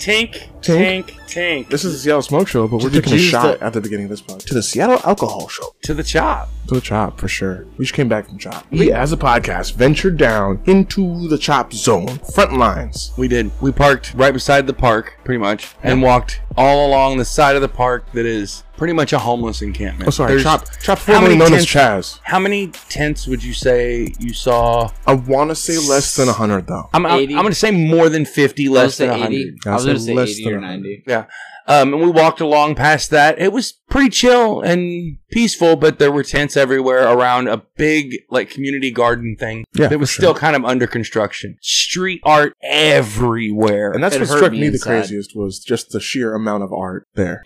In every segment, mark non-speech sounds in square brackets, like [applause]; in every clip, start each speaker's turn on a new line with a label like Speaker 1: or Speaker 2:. Speaker 1: Tank,
Speaker 2: Tank?
Speaker 1: tank, tank.
Speaker 2: This is the Seattle Smoke Show, but we're
Speaker 3: To
Speaker 2: taking a
Speaker 3: use
Speaker 2: shot
Speaker 3: the-
Speaker 2: at the beginning of this podcast to the Seattle Alcohol Show.
Speaker 1: to the chop.
Speaker 2: To the chop, for sure. We just came back from chop. We, as a podcast, ventured down into the chop zone, front lines.
Speaker 1: We did. We parked right beside the park, pretty much, and walked all along the side of the park that is pretty much a homeless encampment.
Speaker 2: Oh, sorry,
Speaker 1: There's-
Speaker 2: chop. Chop,
Speaker 1: how
Speaker 2: formerly
Speaker 1: many
Speaker 2: known as
Speaker 1: tents-
Speaker 2: Chaz.
Speaker 1: How many tents would you say you saw?
Speaker 2: I want to say less than 100, though.
Speaker 1: I'm, I'm, I'm
Speaker 4: 80.
Speaker 1: going to say more than 50,
Speaker 4: I was
Speaker 1: less than
Speaker 4: gonna say
Speaker 1: 100.
Speaker 4: 80. I
Speaker 2: I
Speaker 4: was
Speaker 2: said
Speaker 4: going to say
Speaker 2: less
Speaker 4: 80
Speaker 2: than
Speaker 4: or
Speaker 2: 100.
Speaker 4: 90.
Speaker 1: Yeah. Um, and we walked along past that. It was pretty chill and peaceful, but there were tents everywhere around a big, like, community garden thing
Speaker 2: Yeah,
Speaker 1: that was
Speaker 2: for sure.
Speaker 1: still kind of under construction. Street art everywhere.
Speaker 2: And that's
Speaker 4: It
Speaker 2: what
Speaker 4: hurt
Speaker 2: struck
Speaker 4: me
Speaker 2: me, the
Speaker 4: inside.
Speaker 2: craziest was just the sheer amount of art there.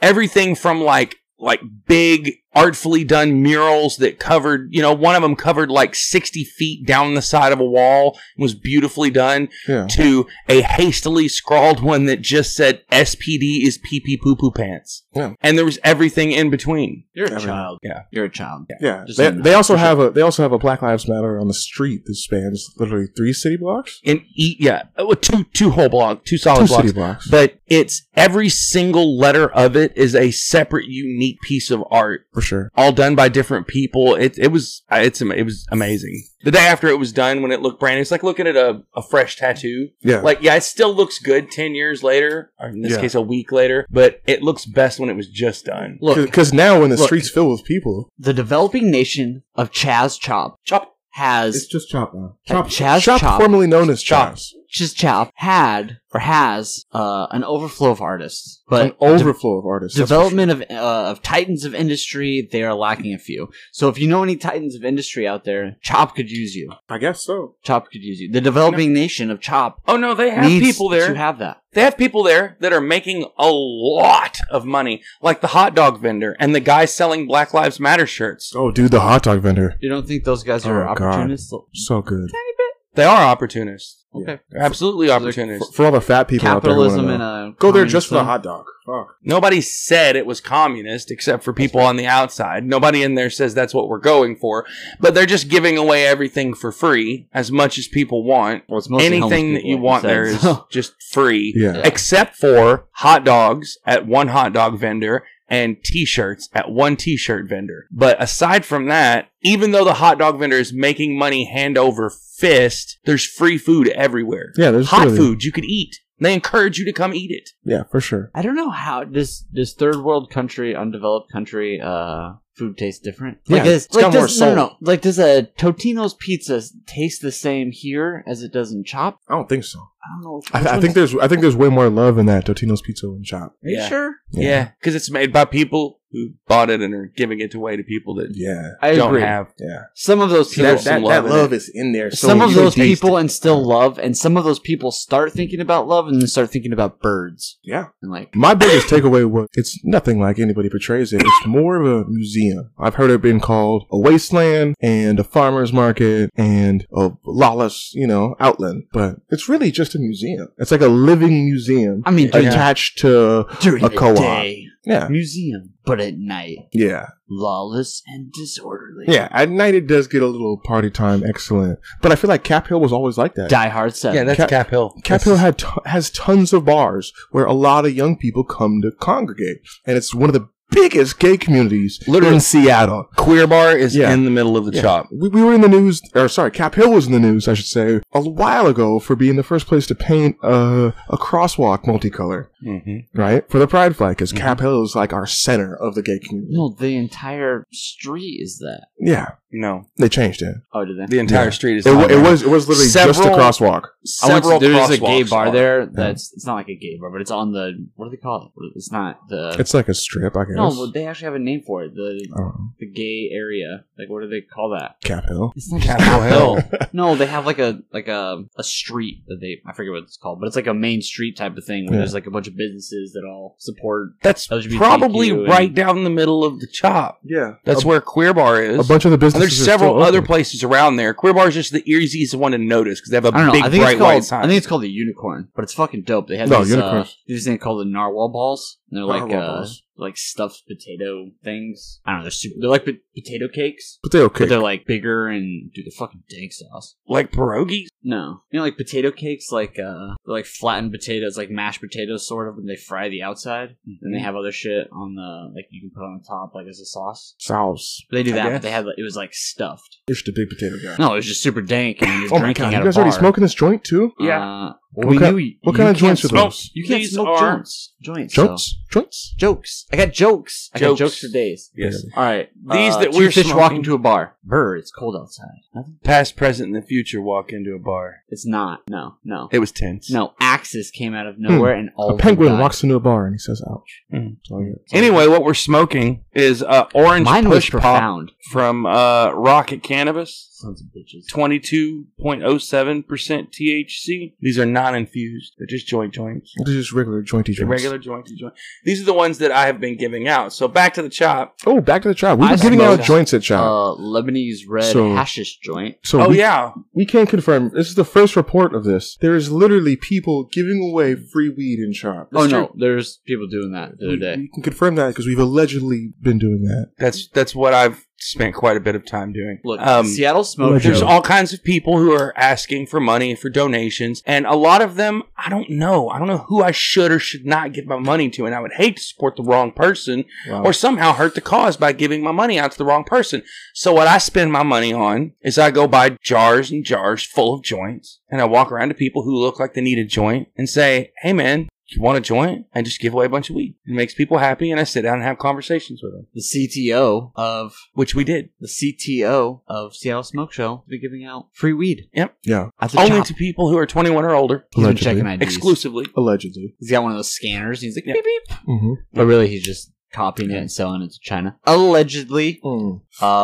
Speaker 1: everything from like like big artfully done murals that covered you know one of them covered like 60 feet down the side of a wall and was beautifully done
Speaker 2: Yeah.
Speaker 1: to a hastily scrawled one that just said spd is pee pee poo poo pants
Speaker 2: Yeah.
Speaker 1: and there was everything in between
Speaker 4: You're a
Speaker 2: Everything.
Speaker 4: child.
Speaker 1: Yeah.
Speaker 4: You're a child.
Speaker 2: Yeah,
Speaker 4: Just
Speaker 2: they,
Speaker 4: in-
Speaker 2: they also have a they also have a Black Lives Matter on the street that spans literally three city blocks,
Speaker 1: and e- yeah oh, two two whole block two solid
Speaker 2: two
Speaker 1: blocks
Speaker 2: city blocks.
Speaker 1: but it's every single letter of it is a separate unique piece of art
Speaker 2: for sure.
Speaker 1: all done by different people. It it was uh, it's ama- it was amazing. The day after it was done, when it looked brand new, it's like looking at a, a fresh tattoo.
Speaker 2: Yeah,
Speaker 1: Like yeah, it still looks good ten years later, or in this
Speaker 2: Yeah.
Speaker 1: case, a week later. But it looks best when it was just done.
Speaker 4: Look,
Speaker 2: because now when the
Speaker 4: look.
Speaker 2: streets fill with people,
Speaker 4: the developing nation of Chaz Chop
Speaker 1: Chop.
Speaker 2: it's
Speaker 4: has
Speaker 2: just chop now.
Speaker 4: Uh, Chaz
Speaker 2: Chop,
Speaker 4: Chop.
Speaker 2: formerly known as
Speaker 1: Chop.
Speaker 2: Chaz,
Speaker 4: Chaz Chop had or has uh, an overflow of artists, but
Speaker 2: an overflow of artists. that's for
Speaker 4: development of uh, of titans of industry they are lacking a few. So if you know any titans of industry out there, Chop could use you.
Speaker 2: sure. I guess so.
Speaker 4: Chop could use you. The developing nation of Chop
Speaker 1: Oh no, they have
Speaker 4: needs
Speaker 1: people
Speaker 4: to
Speaker 1: there.
Speaker 4: have that.
Speaker 1: they have people there that are making a lot of money, like the hot dog vendor and the guy selling Black Lives Matter shirts.
Speaker 2: Oh, dude, the hot dog vendor,
Speaker 4: You don't think those guys are
Speaker 2: Oh, God.
Speaker 4: opportunists?
Speaker 2: so good.
Speaker 1: They are opportunists.
Speaker 4: Okay.
Speaker 1: They're absolutely opportunists.
Speaker 2: For, for all the fat people out there,
Speaker 4: Capitalism
Speaker 2: who
Speaker 4: and
Speaker 2: wanna know.
Speaker 4: a
Speaker 2: go there just for the
Speaker 4: communism.
Speaker 2: hot dog. Fuck.
Speaker 1: Nobody said it was communist except for people on the outside. Nobody in there says that's what we're going for, but they're just giving away everything for free as much as people want.
Speaker 4: Well, it's mostly
Speaker 1: Anything
Speaker 4: homeless
Speaker 1: that you
Speaker 4: people,
Speaker 1: want
Speaker 4: like
Speaker 1: there
Speaker 4: you
Speaker 1: is
Speaker 4: said, [laughs] so-
Speaker 1: just free,
Speaker 2: Yeah.
Speaker 1: except for hot dogs at one hot dog vendor and t-shirts at one t-shirt vendor. But aside from that, even though the hot dog vendor is making money hand over fist, there's free food everywhere.
Speaker 2: Yeah, there's
Speaker 1: Hot
Speaker 2: really-
Speaker 1: food you could eat. They encourage you to come eat it.
Speaker 2: Yeah, for sure.
Speaker 4: I don't know how this this third world country, undeveloped country, uh, food tastes different.
Speaker 2: Yeah,
Speaker 4: Like, is,
Speaker 2: it's
Speaker 4: like
Speaker 2: got more
Speaker 4: does, no, no,
Speaker 2: soul.
Speaker 4: no. Like does a Totino's pizza taste the same here as it does in Chop?
Speaker 2: I don't think so.
Speaker 4: I don't know. Which
Speaker 2: I, I
Speaker 4: one's-
Speaker 2: think there's I think there's way more love in that Totino's Pizza and Chop.
Speaker 4: Are you
Speaker 1: Yeah.
Speaker 4: sure?
Speaker 1: Yeah, because it's made by people who bought it and are giving it away to people that
Speaker 2: Yeah.
Speaker 4: I
Speaker 1: don't
Speaker 4: agree.
Speaker 1: have.
Speaker 2: Yeah.
Speaker 4: Some of those
Speaker 1: See,
Speaker 4: people,
Speaker 1: that- that- that love
Speaker 2: is in there.
Speaker 4: some of those people, and still love, and some of those people start thinking about love, and then start thinking about birds,
Speaker 2: yeah.
Speaker 4: and like
Speaker 2: My biggest takeaway was it's nothing like anybody portrays it. It's more of a museum. I've heard it being called a wasteland and a farmer's market and a lawless, you know, outland. But it's really just a museum. It's like a living museum
Speaker 4: I mean, during,
Speaker 2: attached to,
Speaker 4: during
Speaker 2: a
Speaker 4: the
Speaker 2: co-op.
Speaker 4: day,
Speaker 2: yeah,
Speaker 4: museum, but at night,
Speaker 2: yeah,
Speaker 4: lawless and disorderly.
Speaker 2: yeah. At night it does get a little party time excellent. But I feel like Cap Hill was always like that.
Speaker 4: Die Hard Seven.
Speaker 1: Yeah, that's
Speaker 2: Cap-
Speaker 1: Cap, Hill.
Speaker 2: Cap Hill had t- has tons of bars where a lot of young people come to congregate, and it's one of the biggest gay communities
Speaker 1: Literally.
Speaker 2: in Seattle.
Speaker 1: Queer Bar is
Speaker 2: Yeah.
Speaker 1: in the middle of the
Speaker 2: Yeah.
Speaker 1: shop.
Speaker 2: We, we were in the news, or sorry, Cap Hill was in the news, I should say, a while ago for being the first place to paint a, a crosswalk multicolor,
Speaker 1: Mm-hmm.
Speaker 2: right? For the pride flag, because
Speaker 1: Mhm.
Speaker 2: Cap Hill is like our center of the gay community.
Speaker 4: Mm-hmm. No, the entire street is that.
Speaker 2: Yeah,
Speaker 1: No,
Speaker 2: they changed it.
Speaker 4: Oh, did they?
Speaker 1: the entire
Speaker 2: Yeah.
Speaker 1: street is.
Speaker 2: It, wa-
Speaker 1: not
Speaker 2: it
Speaker 1: there.
Speaker 2: was it was literally just a
Speaker 1: Several-
Speaker 2: crosswalk.
Speaker 4: I went to-
Speaker 1: several.
Speaker 4: there's a gay
Speaker 1: crosswalks
Speaker 4: bar
Speaker 1: are.
Speaker 4: there that's it's not like a gay bar, but it's on the what do they call it? It's not the
Speaker 2: It's like a strip, I guess.
Speaker 4: no, but they actually have a name for it. The
Speaker 1: Uh.
Speaker 2: I don't know.
Speaker 4: the gay area, like what do they call that?
Speaker 2: Cap Hill.
Speaker 4: It's not just
Speaker 1: [laughs] Capitol Hill.
Speaker 4: no, they have like a like a a street that they I forget what it's called, but it's like a main street type of thing where
Speaker 2: Yeah.
Speaker 4: there's like a bunch of businesses that all support.
Speaker 1: That's
Speaker 4: LGBTQ
Speaker 1: probably
Speaker 4: and-
Speaker 1: right down the middle of the chop.
Speaker 2: Yeah,
Speaker 1: That's where Queer Bar is.
Speaker 2: a bunch of the
Speaker 1: And
Speaker 2: businesses.
Speaker 1: there's
Speaker 2: are
Speaker 1: several
Speaker 2: still
Speaker 1: other
Speaker 2: open.
Speaker 1: places around there. Queer Bar is just the easiest one to notice because they have a
Speaker 4: I don't know.
Speaker 1: big
Speaker 4: I think
Speaker 1: bright
Speaker 4: it's called.
Speaker 1: white sign.
Speaker 4: I think it's called the unicorn, but it's fucking dope. They had
Speaker 2: No,
Speaker 4: these, uh,
Speaker 2: unicorns.
Speaker 4: these things called the narwhal balls, and they're like
Speaker 2: Narwhal
Speaker 4: uh,
Speaker 2: balls.
Speaker 4: like stuffed potato things. I don't know. They're super, they're like po- potato cakes,
Speaker 2: Potato cake.
Speaker 4: but they're like bigger and do the fucking dank sauce.
Speaker 1: Like pierogies?
Speaker 4: No, you know, like potato cakes, like uh, they're like flattened potatoes, like mashed potatoes, sort of, and they fry the outside. Then they have other shit on the like you can put on the top, like as a sauce.
Speaker 2: Sauce.
Speaker 4: They do
Speaker 1: I
Speaker 4: that,
Speaker 1: guess.
Speaker 4: but they had like, it was like stuffed.
Speaker 2: You're just a big potato guy.
Speaker 4: No, it was just super dank, and you're
Speaker 2: Oh my
Speaker 4: drinking
Speaker 2: god,
Speaker 4: at
Speaker 2: you
Speaker 4: a
Speaker 2: guys
Speaker 4: bar.
Speaker 2: already smoking this joint too?
Speaker 4: Yeah.
Speaker 2: What kind- what kind of joints are
Speaker 4: smoke,
Speaker 2: those?
Speaker 4: You can't
Speaker 1: These
Speaker 4: smoke
Speaker 1: are-
Speaker 4: joints. Joints. though.
Speaker 2: Joints? Joints?
Speaker 4: Jokes. I got jokes. I
Speaker 1: Jokes.
Speaker 4: got jokes for days.
Speaker 1: Yes.
Speaker 4: All right.
Speaker 1: These
Speaker 4: uh,
Speaker 1: that
Speaker 4: two
Speaker 1: we're
Speaker 4: fish
Speaker 1: smoking-
Speaker 4: walking to a bar. Brr, it's cold outside. Nothing.
Speaker 1: Past, present, and the future walk into a bar.
Speaker 4: It's not. No. No.
Speaker 1: It was tense.
Speaker 4: No. Axes came out of nowhere and
Speaker 2: Hmm. A
Speaker 4: all Mm. of them
Speaker 2: penguin
Speaker 4: died.
Speaker 2: walks into a bar and he says, ouch.
Speaker 1: Mhm.
Speaker 2: That's all I get.
Speaker 1: Anyway, what we're smoking is uh, orange
Speaker 4: Mine was
Speaker 1: push pop
Speaker 4: profound.
Speaker 1: from uh, Rocket Cannabis.
Speaker 4: Sons of bitches.
Speaker 1: 22.07% THC. These are non infused. They're just joint joints.
Speaker 2: They're just regular jointy
Speaker 1: They're
Speaker 2: joints.
Speaker 1: regular joint to joint. These are the ones that I have been giving out. So back to the chop.
Speaker 2: Oh, back to the chop. We
Speaker 4: I
Speaker 2: were giving out
Speaker 4: smoked,
Speaker 2: joints at chop.
Speaker 4: Uh, Lebanese red
Speaker 2: So-
Speaker 4: hashish joint.
Speaker 2: so
Speaker 1: oh,
Speaker 2: we,
Speaker 1: yeah.
Speaker 2: we can confirm this is the first report of this. There is literally people giving away free weed in chop.
Speaker 4: Oh
Speaker 1: That's
Speaker 4: no, there's people doing that the other
Speaker 2: We-
Speaker 4: day.
Speaker 2: we can confirm that because we've allegedly been doing that.
Speaker 1: That's that's what I've spent quite a bit of time doing.
Speaker 4: Look,
Speaker 1: Um,
Speaker 4: Seattle
Speaker 2: Look,
Speaker 4: smoked.
Speaker 1: There's
Speaker 2: Joe.
Speaker 1: all kinds of people who are asking for money for donations, and a lot of them, I don't know. I don't know who I should or should not give my money to, and I would hate to support the wrong person
Speaker 2: Wow.
Speaker 1: or somehow hurt the cause by giving my money out to the wrong person. So, what I spend my money on is I go buy jars and jars full of joints, and I walk around to people who look like they need a joint and say, Hey, man, you want a joint? And just give away a bunch of weed. It makes people happy, and I sit down and have conversations with them,
Speaker 4: the CTO of
Speaker 1: which we did.
Speaker 4: the CTO of Seattle Smoke Show to be giving out free weed
Speaker 2: yeah,
Speaker 4: at the
Speaker 1: Only
Speaker 4: chop.
Speaker 1: to people who are 21 or older,
Speaker 4: He's been
Speaker 2: Allegedly.
Speaker 4: checking IDs.
Speaker 1: exclusively.
Speaker 2: allegedly.
Speaker 4: He's got one of those scanners. He's like
Speaker 1: Yeah.
Speaker 4: beep beep,
Speaker 2: Mm-hmm.
Speaker 4: but really he's just copying it and selling it to China. Allegedly,
Speaker 1: Hmm.
Speaker 2: Mm.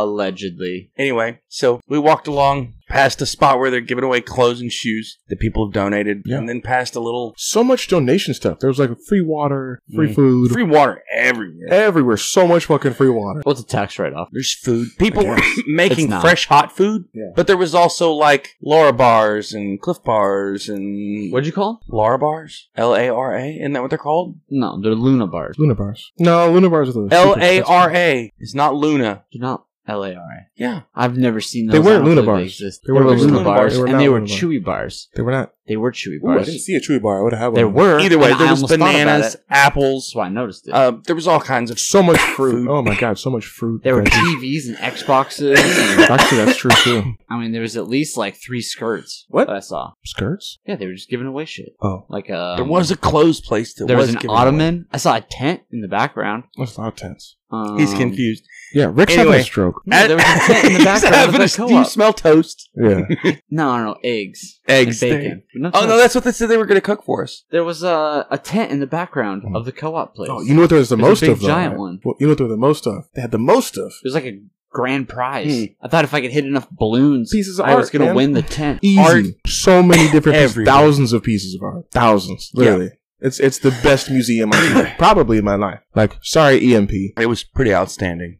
Speaker 4: allegedly.
Speaker 1: Anyway, so we walked along past a spot where they're giving away clothes and shoes that people have donated,
Speaker 2: Yeah.
Speaker 1: and then past a little
Speaker 2: So much donation stuff. There was like free water, free
Speaker 1: Mm.
Speaker 2: food,
Speaker 1: free water everywhere.
Speaker 2: everywhere. So much fucking free water.
Speaker 4: What's a tax write off?
Speaker 1: There's food. People were
Speaker 4: It's
Speaker 1: [coughs] making
Speaker 4: not.
Speaker 1: fresh hot food,
Speaker 2: Yeah.
Speaker 1: but there was also like Laura bars and Cliff bars and
Speaker 4: What'd you call? 'em?
Speaker 1: Laura bars, L A R A. Isn't that what they're called?
Speaker 4: No, they're Luna bars.
Speaker 2: Luna bars. No, Luna bars are those.
Speaker 1: L A R A. It's not Luna.
Speaker 4: They're not L A R A.
Speaker 1: Yeah,
Speaker 4: I've never seen those.
Speaker 2: They weren't
Speaker 4: I don't
Speaker 2: Luna
Speaker 4: believe
Speaker 2: bars.
Speaker 4: exist.
Speaker 2: They
Speaker 4: They,
Speaker 2: weren't
Speaker 4: were
Speaker 1: Luna
Speaker 4: Luna
Speaker 1: bars.
Speaker 4: bars,
Speaker 1: They
Speaker 2: were
Speaker 4: and
Speaker 2: not
Speaker 4: they were
Speaker 2: Luna bars.
Speaker 4: chewy bars.
Speaker 2: They were not.
Speaker 4: They were chewy
Speaker 2: Ooh, I
Speaker 4: bars.
Speaker 2: didn't see a chewy bar. I would have had one.
Speaker 4: There were.
Speaker 1: Either way,
Speaker 4: and
Speaker 1: there
Speaker 4: I
Speaker 1: was
Speaker 4: almost thought about
Speaker 1: bananas,
Speaker 4: it. That's
Speaker 1: apples.
Speaker 4: why I noticed it.
Speaker 1: Uh, there was all kinds of.
Speaker 2: so much fruit.
Speaker 1: Food.
Speaker 2: Oh my god, so much fruit.
Speaker 4: there were
Speaker 2: Veggies.
Speaker 4: TVs and Xboxes.
Speaker 2: [laughs]
Speaker 4: and-
Speaker 2: Actually, that's true too.
Speaker 4: I mean, there was at least like three skirts.
Speaker 2: What?
Speaker 4: that I saw?
Speaker 2: Skirts.
Speaker 4: Yeah, they were just giving away shit.
Speaker 2: Oh,
Speaker 4: Like uh,
Speaker 1: There was a clothes place that
Speaker 4: there was, an
Speaker 1: giving away.
Speaker 4: ottoman. I saw a tent in the background.
Speaker 2: that's a lot of tense.
Speaker 4: Um,
Speaker 1: He's confused.
Speaker 2: Yeah, Rick's having
Speaker 1: Anyway.
Speaker 2: a stroke.
Speaker 4: No, there was a tent in the
Speaker 1: He's
Speaker 4: background of
Speaker 1: having
Speaker 4: the
Speaker 1: a- Do [laughs] you
Speaker 4: co-op.
Speaker 1: smell toast?
Speaker 4: [laughs]
Speaker 2: Yeah,
Speaker 4: No, no, no, eggs,
Speaker 1: Eggs,
Speaker 4: and
Speaker 1: there you
Speaker 4: bacon. No,
Speaker 1: Oh no,
Speaker 4: that's-
Speaker 1: that's what they said they were going to cook for us.
Speaker 4: there was a a tent in the background
Speaker 2: Mm.
Speaker 4: of the co-op place.
Speaker 2: Oh, you know what there was the
Speaker 4: There's a
Speaker 2: most
Speaker 4: big
Speaker 2: of? though,
Speaker 4: giant
Speaker 2: right?
Speaker 4: one.
Speaker 2: Well, you know what there was the most of? They had the most of.
Speaker 4: It was like a grand prize.
Speaker 1: Hmm.
Speaker 4: I thought if I could hit enough balloons,
Speaker 2: Pieces of
Speaker 4: I was
Speaker 2: art,
Speaker 4: gonna
Speaker 2: man.
Speaker 4: win the tent.
Speaker 1: [laughs]
Speaker 2: Easy.
Speaker 1: Art
Speaker 2: so many different pieces,
Speaker 1: everywhere.
Speaker 2: thousands of pieces of art. Thousands, literally. It's it's the best museum I've
Speaker 4: [clears throat]
Speaker 2: seen, probably in my life. Like, sorry, E EMP.
Speaker 1: It was pretty outstanding.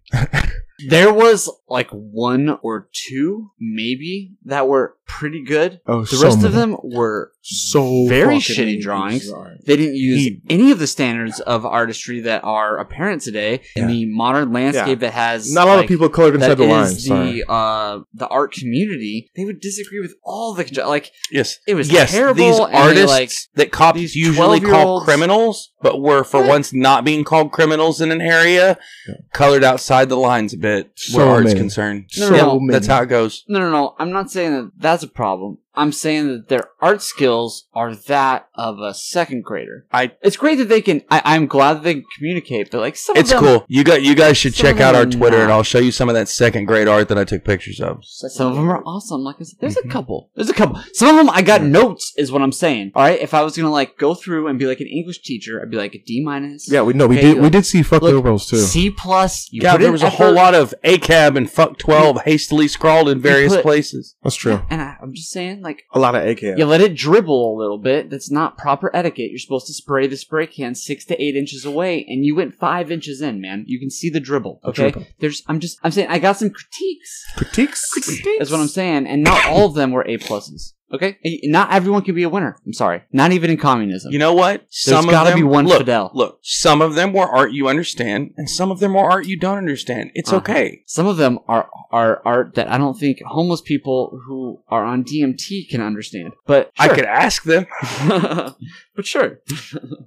Speaker 4: There was like one or two, maybe, that were pretty good.
Speaker 2: Oh,
Speaker 4: The rest of them were
Speaker 2: so fucking
Speaker 4: very shitty
Speaker 2: many
Speaker 4: drawings.
Speaker 2: pieces of art.
Speaker 4: They didn't use
Speaker 1: He-
Speaker 4: any of the standards of artistry that are apparent today in
Speaker 2: Yeah.
Speaker 4: the modern landscape that has
Speaker 2: Not a lot
Speaker 4: like,
Speaker 2: of people colored inside
Speaker 4: that
Speaker 2: the lines.
Speaker 4: is
Speaker 2: sorry.
Speaker 4: the uh, the art community. They would disagree with all the like
Speaker 1: Yes,
Speaker 4: it was
Speaker 1: yes.
Speaker 4: terrible.
Speaker 1: these
Speaker 4: and they,
Speaker 1: artists
Speaker 4: like
Speaker 1: that cops
Speaker 4: these
Speaker 1: usually call
Speaker 4: 12-year-olds
Speaker 1: criminals, but were for
Speaker 4: What?
Speaker 1: once not being called criminals in an area,
Speaker 2: Yeah.
Speaker 1: colored outside the lines a bit where
Speaker 2: So
Speaker 1: art's
Speaker 2: many.
Speaker 1: concerned.
Speaker 4: No,
Speaker 2: so
Speaker 4: no, no,
Speaker 2: many.
Speaker 1: That's how it goes.
Speaker 4: no no no. I'm not saying that that's a problem. I'm saying that their art skills are that of a second grader.
Speaker 1: I-
Speaker 4: it's great that they can. I, I'm glad that they can communicate, but like some
Speaker 1: It's
Speaker 4: of them,
Speaker 1: cool. You got you guys should
Speaker 4: some of
Speaker 1: check out
Speaker 4: them
Speaker 1: our
Speaker 4: are
Speaker 1: Twitter, and
Speaker 4: not.
Speaker 1: I'll show you some of that second grade art that I took pictures of.
Speaker 4: Some of them are awesome. Like I said, there's a
Speaker 1: Mhm.
Speaker 4: couple. There's a couple. Some of them I got
Speaker 2: Yeah.
Speaker 4: notes, is what I'm saying. All right, if I was gonna like go through and be like an English teacher, I'd be like a D minus.
Speaker 2: Yeah, we no, we
Speaker 4: Okay,
Speaker 2: did we did see fuck
Speaker 4: look,
Speaker 2: the rolls too.
Speaker 4: C plus. You
Speaker 1: yeah,
Speaker 4: put
Speaker 1: there
Speaker 4: in
Speaker 1: was a whole
Speaker 4: effort,
Speaker 1: lot of ACAB and fuck twelve hastily scrawled in various
Speaker 4: put-
Speaker 1: places.
Speaker 2: That's true.
Speaker 4: And I, I'm just saying, like,
Speaker 2: A lot of AKM.
Speaker 4: you let it dribble a little bit. That's not proper etiquette. You're supposed to spray the spray can six to eight inches away, and you went five inches in, man. You can see the dribble.
Speaker 2: The
Speaker 4: Okay,
Speaker 2: dribble.
Speaker 4: there's. I'm just. I'm saying I got some critiques.
Speaker 2: Critiques.
Speaker 4: That's what I'm saying, and not all of them were A pluses. Okay, And not everyone can be a winner. I'm sorry, not even in communism.
Speaker 1: You know what? Some
Speaker 4: gotta be one
Speaker 1: look,
Speaker 4: Fidel.
Speaker 1: Look, some of them were art you understand, and some of them were art you don't understand. It's
Speaker 4: Uh-huh.
Speaker 1: okay.
Speaker 4: some of them are are art that I don't think homeless people who are on DMT can understand. But
Speaker 1: I could ask them.
Speaker 4: could, [laughs] but sure,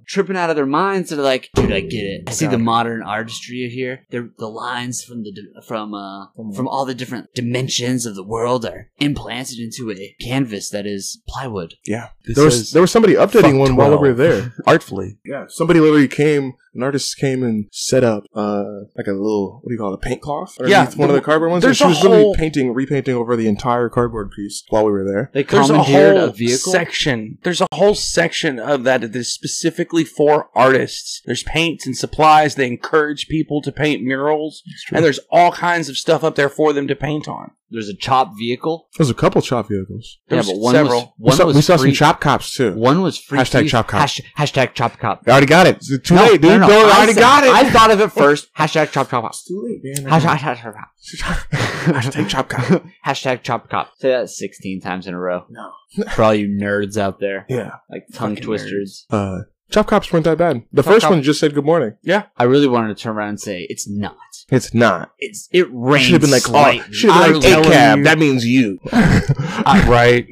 Speaker 4: tripping out of their minds, they're like, "Dude, I get it. I see the modern artistry here. They're, the lines from the di- from uh
Speaker 2: From-
Speaker 4: from all the different dimensions of the world are implanted into a canvas that is plywood."
Speaker 1: This
Speaker 2: There was
Speaker 1: is
Speaker 2: there was somebody updating
Speaker 1: fuck
Speaker 2: one while
Speaker 1: 12.
Speaker 2: we were there.
Speaker 1: artfully.
Speaker 2: [laughs] Yeah, somebody literally came. An artist came and set up uh like a little what do you call it, a paint cloth?
Speaker 1: Yeah,
Speaker 2: underneath one of the cardboard ones. And
Speaker 1: there's
Speaker 2: she
Speaker 1: a
Speaker 2: was
Speaker 1: whole-
Speaker 2: literally painting, repainting over the entire cardboard piece while we were there.
Speaker 4: They
Speaker 1: There's a
Speaker 4: commandeered a,
Speaker 1: whole
Speaker 4: vehicle.
Speaker 1: section. There's a whole section of that that is specifically for artists. There's paints and supplies. They encourage people to paint murals, and there's all kinds of stuff up there for them to paint on.
Speaker 4: There's a chopped vehicle.
Speaker 2: There's a couple chop vehicles.
Speaker 1: There's
Speaker 4: yeah, but one
Speaker 1: several.
Speaker 2: we
Speaker 4: was one
Speaker 2: saw,
Speaker 4: was
Speaker 2: we saw
Speaker 4: free,
Speaker 2: some chop cops too.
Speaker 4: One was free.
Speaker 2: Hashtag
Speaker 4: cheese-
Speaker 2: chop cop.
Speaker 4: hash- hashtag chop cop.
Speaker 2: I already got it. It's too late, dude. No, I already
Speaker 4: said-
Speaker 2: got it.
Speaker 4: I thought of it first. Hashtag chop chop.
Speaker 2: [laughs] it's too late, man.
Speaker 4: Hashtag, hashtag, hashtag,
Speaker 2: [laughs] Hashtag chop cop.
Speaker 4: hashtag chop cop. Say that 16 times in a row.
Speaker 2: No.
Speaker 4: For all you nerds
Speaker 2: [laughs]
Speaker 4: out there.
Speaker 2: Yeah.
Speaker 4: Like tongue
Speaker 1: Fucking
Speaker 4: twisters.
Speaker 2: Uh, chop cops weren't that bad. The
Speaker 1: Chop
Speaker 2: first
Speaker 1: Cop-
Speaker 2: one just said good morning.
Speaker 4: I really wanted to turn around and say, it's not.
Speaker 2: It's not.
Speaker 4: It's It rains.
Speaker 2: Should have been like, oh,
Speaker 4: slightly.
Speaker 2: should have
Speaker 4: I'm
Speaker 2: been like,
Speaker 4: telling
Speaker 2: a cab.
Speaker 4: you.
Speaker 2: That means you.
Speaker 1: I- right.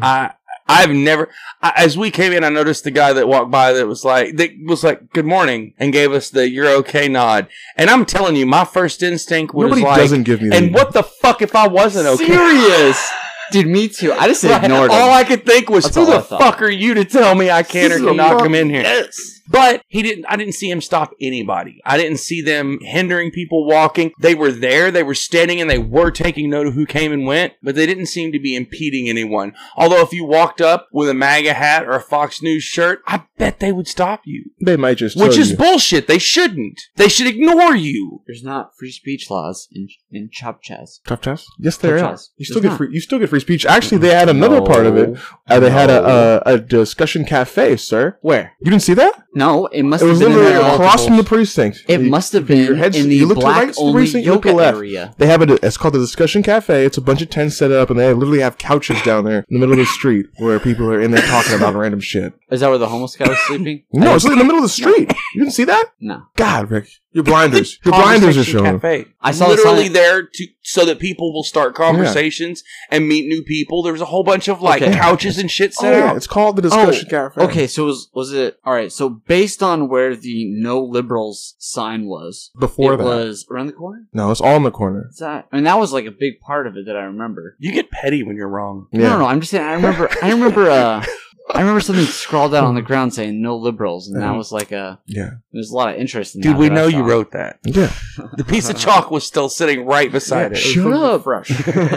Speaker 1: I I've never I, as we came in, I noticed the guy that walked by that was like that was like good morning and gave us the you're okay nod. And I'm telling you, my first instinct was
Speaker 2: Nobody
Speaker 1: like,
Speaker 2: doesn't give me.
Speaker 1: and
Speaker 2: the-
Speaker 1: what the fuck if I wasn't okay?
Speaker 2: [laughs]
Speaker 4: Serious. Dude, me too. I just
Speaker 1: Like,
Speaker 4: ignored
Speaker 1: all
Speaker 4: him.
Speaker 1: I could think was,
Speaker 4: That's
Speaker 1: who
Speaker 4: all I
Speaker 1: the
Speaker 4: thought.
Speaker 1: fuck are you to tell me I can
Speaker 4: This
Speaker 1: or
Speaker 4: is a
Speaker 1: cannot
Speaker 4: fuck-
Speaker 1: come in here?
Speaker 4: Yes.
Speaker 1: But he didn't. I didn't see him stop anybody. I didn't see them hindering people walking. They were there. They were standing, and they were taking note of who came and went. But they didn't seem to be impeding anyone. Although, if you walked up with a MAGA hat or a Fox News shirt, I bet they would stop you.
Speaker 2: They might just.
Speaker 1: Which
Speaker 2: tell
Speaker 1: is
Speaker 2: you.
Speaker 1: bullshit. They shouldn't. They should ignore you.
Speaker 4: There's not free speech laws in, in Chop Chaz.
Speaker 2: Chop chas? Yes, there
Speaker 4: Chop
Speaker 2: are.
Speaker 4: chas.
Speaker 2: You
Speaker 4: There's
Speaker 2: still get
Speaker 4: not.
Speaker 2: free. You still get free speech. Actually, they had another
Speaker 4: No.
Speaker 2: part of it. Uh, they had
Speaker 4: No.
Speaker 2: a, a a discussion cafe, sir.
Speaker 4: Where?
Speaker 2: You didn't see that?
Speaker 4: No, it must
Speaker 2: It
Speaker 4: have
Speaker 2: was
Speaker 4: been in
Speaker 2: literally
Speaker 4: an
Speaker 2: across
Speaker 4: alcohol-
Speaker 2: from the precinct.
Speaker 4: It
Speaker 2: You-
Speaker 4: must have been
Speaker 2: your head's-
Speaker 4: in
Speaker 2: you
Speaker 4: the
Speaker 2: look to the
Speaker 4: black
Speaker 2: right,
Speaker 4: only
Speaker 2: precinct, you look to
Speaker 4: yoga
Speaker 2: left.
Speaker 4: area.
Speaker 2: They have a. It's called the discussion cafe. It's a bunch of tents set up, and they literally have couches down there in the middle of the street where people are in there talking about random shit.
Speaker 4: Is that where the homeless
Speaker 2: [laughs]
Speaker 4: guy was sleeping?
Speaker 2: No, it's like in the middle of the street. You didn't see that?
Speaker 4: No.
Speaker 2: God, Rick, your
Speaker 4: [laughs]
Speaker 2: blinders, your blinders are
Speaker 1: Conversation
Speaker 2: showing.
Speaker 1: Cafe.
Speaker 4: I saw the
Speaker 1: literally
Speaker 4: sign-
Speaker 1: there to so that people will start conversations and meet new people. There was a whole bunch of like
Speaker 4: Okay.
Speaker 1: couches and shit
Speaker 2: Oh,
Speaker 1: set
Speaker 2: yeah,
Speaker 1: out.
Speaker 2: it's called the discussion cafe.
Speaker 4: Oh, Okay, so was was it all right? So based on where the no liberals sign was,
Speaker 2: Before
Speaker 4: it
Speaker 2: that,
Speaker 4: was around the corner.
Speaker 2: no, it's all in the corner.
Speaker 4: Is that? I mean, that was like a big part of it that I remember.
Speaker 1: You get petty when you're wrong.
Speaker 4: No,
Speaker 2: Yeah.
Speaker 4: no, no, I'm just saying. I remember. I remember. Uh, I remember something scrawled out on the ground saying "no liberals," and that was like a.
Speaker 2: Yeah.
Speaker 4: There's a lot of interest in.
Speaker 1: Uh-huh. Dude,
Speaker 4: that
Speaker 1: we
Speaker 4: that I
Speaker 1: know you
Speaker 4: saw.
Speaker 1: wrote that.
Speaker 2: Yeah.
Speaker 4: [laughs]
Speaker 1: The piece [laughs] of chalk was still sitting right beside it.
Speaker 2: Yeah, Shut up.
Speaker 1: [laughs]
Speaker 4: [laughs]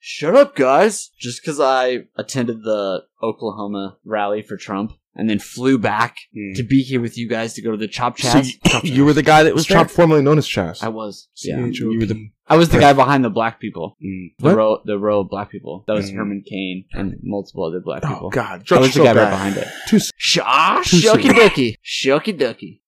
Speaker 4: Shut up, guys! Just because I attended the Oklahoma rally for Trump and then flew back
Speaker 1: Mm.
Speaker 4: to be here with you guys to go to the chop
Speaker 1: So
Speaker 4: chats.
Speaker 1: you, [coughs] you were the guy that was
Speaker 2: It's
Speaker 1: chopped.
Speaker 2: chop formerly known as Chas.
Speaker 4: I was. Yeah.
Speaker 2: C-H-O-P.
Speaker 1: you were the-
Speaker 4: I was the guy behind the black people. The
Speaker 2: What?
Speaker 4: row, the row of black people. That was
Speaker 1: Mm.
Speaker 4: Herman Cain and multiple other black
Speaker 2: Oh
Speaker 4: people.
Speaker 2: God,
Speaker 4: I was the
Speaker 2: so
Speaker 4: guy right
Speaker 2: bad.
Speaker 4: behind it.
Speaker 2: Too s-
Speaker 4: Shaw, shucky ducky, shucky ducky.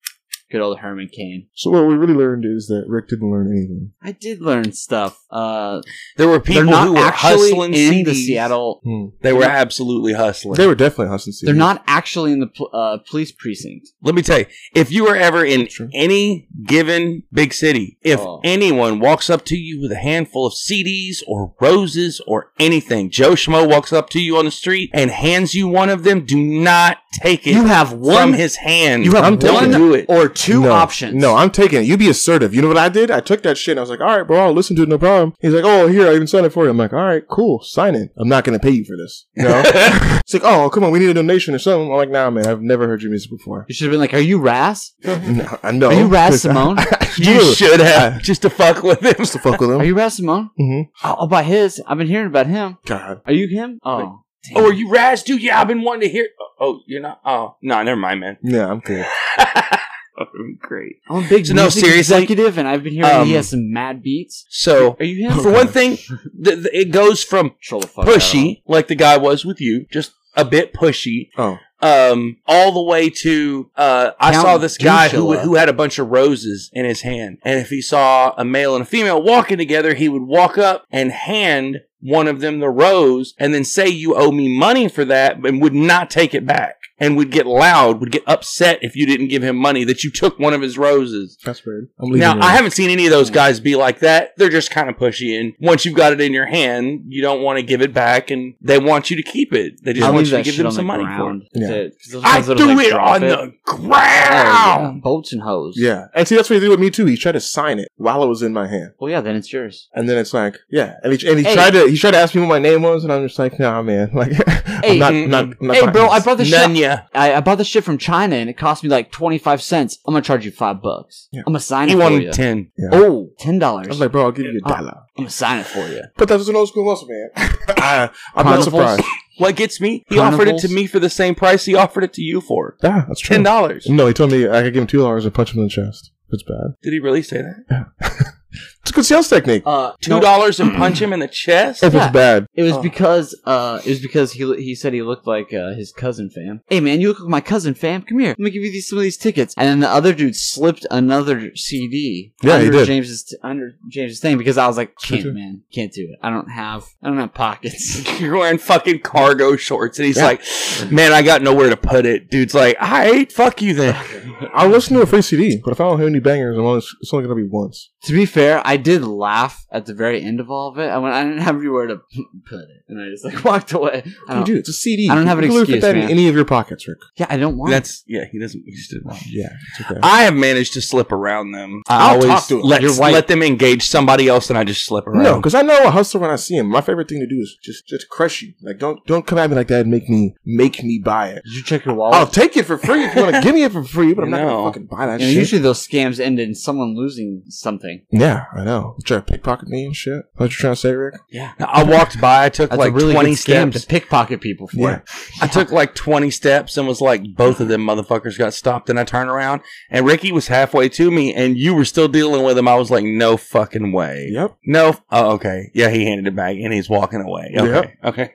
Speaker 4: Good old Herman Cain.
Speaker 2: So what we really learned is that Rick didn't learn anything.
Speaker 4: I did learn stuff. Uh,
Speaker 1: There were
Speaker 4: they're
Speaker 1: people
Speaker 4: not
Speaker 1: who were
Speaker 4: actually
Speaker 1: hustling
Speaker 4: in
Speaker 1: CDs.
Speaker 4: the Seattle.
Speaker 1: They were absolutely hustling.
Speaker 2: Hmm. They were definitely hustling.
Speaker 4: They're not actually in the pl- uh, police precinct.
Speaker 1: Let me tell you, if you were ever in
Speaker 2: True.
Speaker 1: any given big city, if
Speaker 4: Oh.
Speaker 1: anyone walks up to you with a handful of CDs or roses or anything, Joe Schmo walks up to you on the street and hands you one of them, do not take it
Speaker 4: You have
Speaker 1: from
Speaker 4: one
Speaker 1: his hand.
Speaker 4: You have
Speaker 2: I'm
Speaker 1: Don't
Speaker 2: taking
Speaker 4: one
Speaker 1: do it.
Speaker 4: or two
Speaker 2: no,
Speaker 4: options.
Speaker 2: No, I'm taking it. You be assertive. You know what I did? I took that shit. and I was like, all right, bro, I'll listen to it, no problem. He's like, oh, here, I even signed it for you. I'm like, all right, cool, sign it. I'm not gonna pay you for this. You
Speaker 4: [laughs]
Speaker 2: know? it's like, oh, come on, we need a donation or something. I'm like, nah, man, I've never heard your music before.
Speaker 4: [laughs] you should have been like, "Are you Raz?
Speaker 2: no, I know.
Speaker 4: Are you
Speaker 2: [laughs]
Speaker 4: Raz
Speaker 2: Because I-
Speaker 4: Simone?
Speaker 1: [laughs] You
Speaker 2: Dude,
Speaker 1: should
Speaker 4: [laughs]
Speaker 1: have just to fuck with him.
Speaker 2: just to fuck with
Speaker 4: Are
Speaker 2: him.
Speaker 4: you Raz Simone?
Speaker 2: Mhm.
Speaker 4: I'll, I'll buy his. I've been hearing about him.
Speaker 2: God,
Speaker 4: Are you him? Oh,
Speaker 1: [laughs] Oh, are you Raz, dude? Yeah, I've been wanting to hear. Oh, Oh, you're not. Oh, no, never mind, man.
Speaker 2: yeah, I'm good.
Speaker 1: Great.
Speaker 4: I'm a big
Speaker 1: So, no,
Speaker 4: music
Speaker 1: seriously,
Speaker 4: executive, and I've been hearing
Speaker 1: um,
Speaker 4: he has some mad beats.
Speaker 1: So,
Speaker 4: Are you him?
Speaker 1: for one thing, th- th- it goes from
Speaker 4: Troll the fuck out of him.
Speaker 1: pushy, like the guy was with you, just a bit pushy,
Speaker 2: Oh,
Speaker 1: um, all the way to uh, I
Speaker 4: Count
Speaker 1: saw this guy who
Speaker 4: Drusilla.
Speaker 1: who had a bunch of roses in his hand, and if he saw a male and a female walking together, he would walk up and hand one of them the rose and then say you owe me money for that and would not take it back and would get loud, would get upset if you didn't give him money that you took one of his roses.
Speaker 2: That's weird. I'm leaving.
Speaker 1: Now,
Speaker 2: you.
Speaker 1: I haven't seen any of those guys be like that. They're just kind of pushy. And once you've got it in your hand, you don't want to give it back and they want you to keep it. They just
Speaker 4: I'll
Speaker 1: want
Speaker 4: leave
Speaker 1: you to
Speaker 4: that
Speaker 1: give
Speaker 4: shit
Speaker 1: them
Speaker 4: on the
Speaker 1: some money
Speaker 4: ground.
Speaker 1: for it.
Speaker 2: Yeah.
Speaker 4: That's it. 'Cause those
Speaker 1: I
Speaker 4: guys that'll,
Speaker 1: threw
Speaker 4: like,
Speaker 1: it
Speaker 4: drop
Speaker 1: on the
Speaker 4: Oh, yeah.
Speaker 1: ground.
Speaker 4: Bolts and hose.
Speaker 2: Yeah, and see that's what he did with me too. He tried to sign it while it was in my hand,
Speaker 4: Well, yeah, then it's yours.
Speaker 2: and then it's like, yeah, and he, and he
Speaker 4: Hey.
Speaker 2: tried to he tried to ask me what my name was, and I'm just like, nah, man, [laughs] like, I'm
Speaker 4: Hey.
Speaker 2: not, I'm not, I'm not
Speaker 4: Hey,
Speaker 2: buying
Speaker 4: bro,
Speaker 2: this.
Speaker 4: I bought this shit.
Speaker 1: Nunya.
Speaker 4: I, I bought this shit from China, and it cost me like twenty five cents. I'm gonna charge you five bucks.
Speaker 2: Yeah.
Speaker 4: I'm gonna sign it
Speaker 1: He
Speaker 4: for
Speaker 1: wanted
Speaker 4: you.
Speaker 1: 10.
Speaker 4: Oh, ten dollars.
Speaker 2: I was like, bro, I'll give you a
Speaker 4: Uh,
Speaker 2: dollar.
Speaker 4: I'm gonna sign it for you.
Speaker 2: But that was an old school muscle, man. [laughs] I, I'm not
Speaker 4: Carnivals?
Speaker 2: surprised.
Speaker 1: What gets me? He offered it
Speaker 4: Carnivals?
Speaker 1: to me for the same price he offered it to you for.
Speaker 2: Yeah, that's true.
Speaker 1: Ten
Speaker 4: Mm.
Speaker 1: dollars.
Speaker 2: No, he told me I could give him two dollars and punch him in the chest. It's bad.
Speaker 1: Did he really say that?
Speaker 2: It's a good sales technique.
Speaker 4: Uh,
Speaker 1: Two dollars and punch him in the chest?
Speaker 2: if
Speaker 4: yeah.
Speaker 2: it's bad,
Speaker 4: It was
Speaker 1: Oh.
Speaker 4: because uh, it was because he he said he looked like uh, his cousin fam. Hey man, you look like my cousin fam. Come here, let me give you these some of these tickets. And then the other dude slipped another CD
Speaker 2: Yeah, he
Speaker 4: under
Speaker 2: did.
Speaker 4: James's t- under James's thing because I was like,
Speaker 2: Sure,
Speaker 4: can't
Speaker 2: sure.
Speaker 4: man, can't do it. I don't have I don't
Speaker 2: [laughs]
Speaker 4: have
Speaker 1: [laughs]
Speaker 4: pockets.
Speaker 1: You're wearing fucking cargo shorts, and he's
Speaker 2: Yeah.
Speaker 1: like, "Man, I got nowhere to put it." Dude's like, "I fuck you
Speaker 4: [laughs]
Speaker 1: then."
Speaker 2: I'll listen to a free CD. But if I don't hear any bangers, I'm only, it's only gonna be once.
Speaker 4: to be fair, I did laugh at the very end of all of it. I went, I didn't have anywhere to [laughs] put it, and I just like [laughs] walked away. I
Speaker 2: You
Speaker 4: don't,
Speaker 2: do. It's a CD.
Speaker 4: I don't have
Speaker 2: You
Speaker 4: an
Speaker 2: can literally
Speaker 4: excuse,
Speaker 2: Fit that
Speaker 4: man.
Speaker 2: in any of your pockets, Rick.
Speaker 4: yeah, I don't want. it.
Speaker 1: That's yeah. He doesn't. He just didn't want
Speaker 2: Yeah, it's okay.
Speaker 1: I have managed to slip around them. I
Speaker 2: I'll
Speaker 1: always
Speaker 2: talk to 'em.
Speaker 1: let
Speaker 4: You're white.
Speaker 1: let them engage somebody else, and I just slip around.
Speaker 2: No, because I know a hustler when I see him. My favorite thing to do is just just crush you. Like don't don't come at me like that and make me make me buy it.
Speaker 4: Did you check your wallet?
Speaker 2: I'll take it for free if you want to [laughs] give me it for free, but I'm not
Speaker 1: No.
Speaker 2: gonna fucking buy that
Speaker 4: You know,
Speaker 2: shit.
Speaker 4: usually those scams end in someone losing something.
Speaker 2: yeah, I know. You try to pickpocket me and shit. That's what you're trying to say, Rick?
Speaker 1: yeah. I walked by. I took
Speaker 4: That's
Speaker 1: like
Speaker 4: a really
Speaker 1: twenty
Speaker 4: good scam
Speaker 1: steps.
Speaker 4: to pickpocket people for.
Speaker 2: Yeah.
Speaker 1: I took like 20 steps and was like, both of them motherfuckers got stopped. And I turned around and Ricky was halfway to me and you were still dealing with him. I was like, no fucking way.
Speaker 2: Yep. [laughs]
Speaker 1: No. Oh, okay. Yeah, he handed it back and he's walking away. Okay. Okay.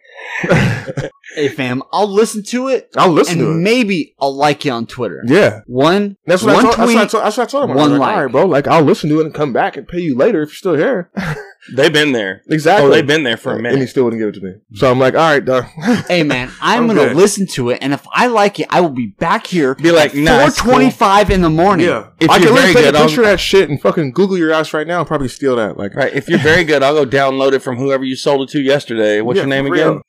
Speaker 4: Hey fam, I'll listen to it
Speaker 2: I'll listen to it.
Speaker 4: and maybe I'll like you on Twitter.
Speaker 2: Yeah,
Speaker 4: One
Speaker 2: that's what,
Speaker 4: one
Speaker 2: I told,
Speaker 4: tweet.
Speaker 2: that's, what I told, that's what I told him. I was
Speaker 4: one
Speaker 2: like,
Speaker 4: like.
Speaker 2: All right, bro. Like, I'll listen to it and come back and pay you later if you're still [laughs] here.
Speaker 1: They've been there.
Speaker 2: exactly.
Speaker 1: Oh, they've been there for a
Speaker 2: And he
Speaker 1: minute.
Speaker 2: still wouldn't give it to me. So I'm like, all right, [laughs] dog.
Speaker 4: hey man, I'm,
Speaker 2: I'm
Speaker 4: gonna
Speaker 2: good.
Speaker 4: listen to it and if I like it, I will be back here
Speaker 1: Be like, nah,
Speaker 4: four
Speaker 1: it's cool.
Speaker 4: twenty five in the morning.
Speaker 1: If
Speaker 2: I
Speaker 1: you're
Speaker 2: can literally
Speaker 1: very
Speaker 2: take
Speaker 1: good,
Speaker 2: a
Speaker 1: I'll-
Speaker 2: picture of that shit and fucking Google your ass right now and probably steal that. Like,
Speaker 1: Right. If you're very good, I'll go download it from whoever you sold it to yesterday. What's
Speaker 2: yeah,
Speaker 1: your name
Speaker 2: for
Speaker 1: again?
Speaker 2: real.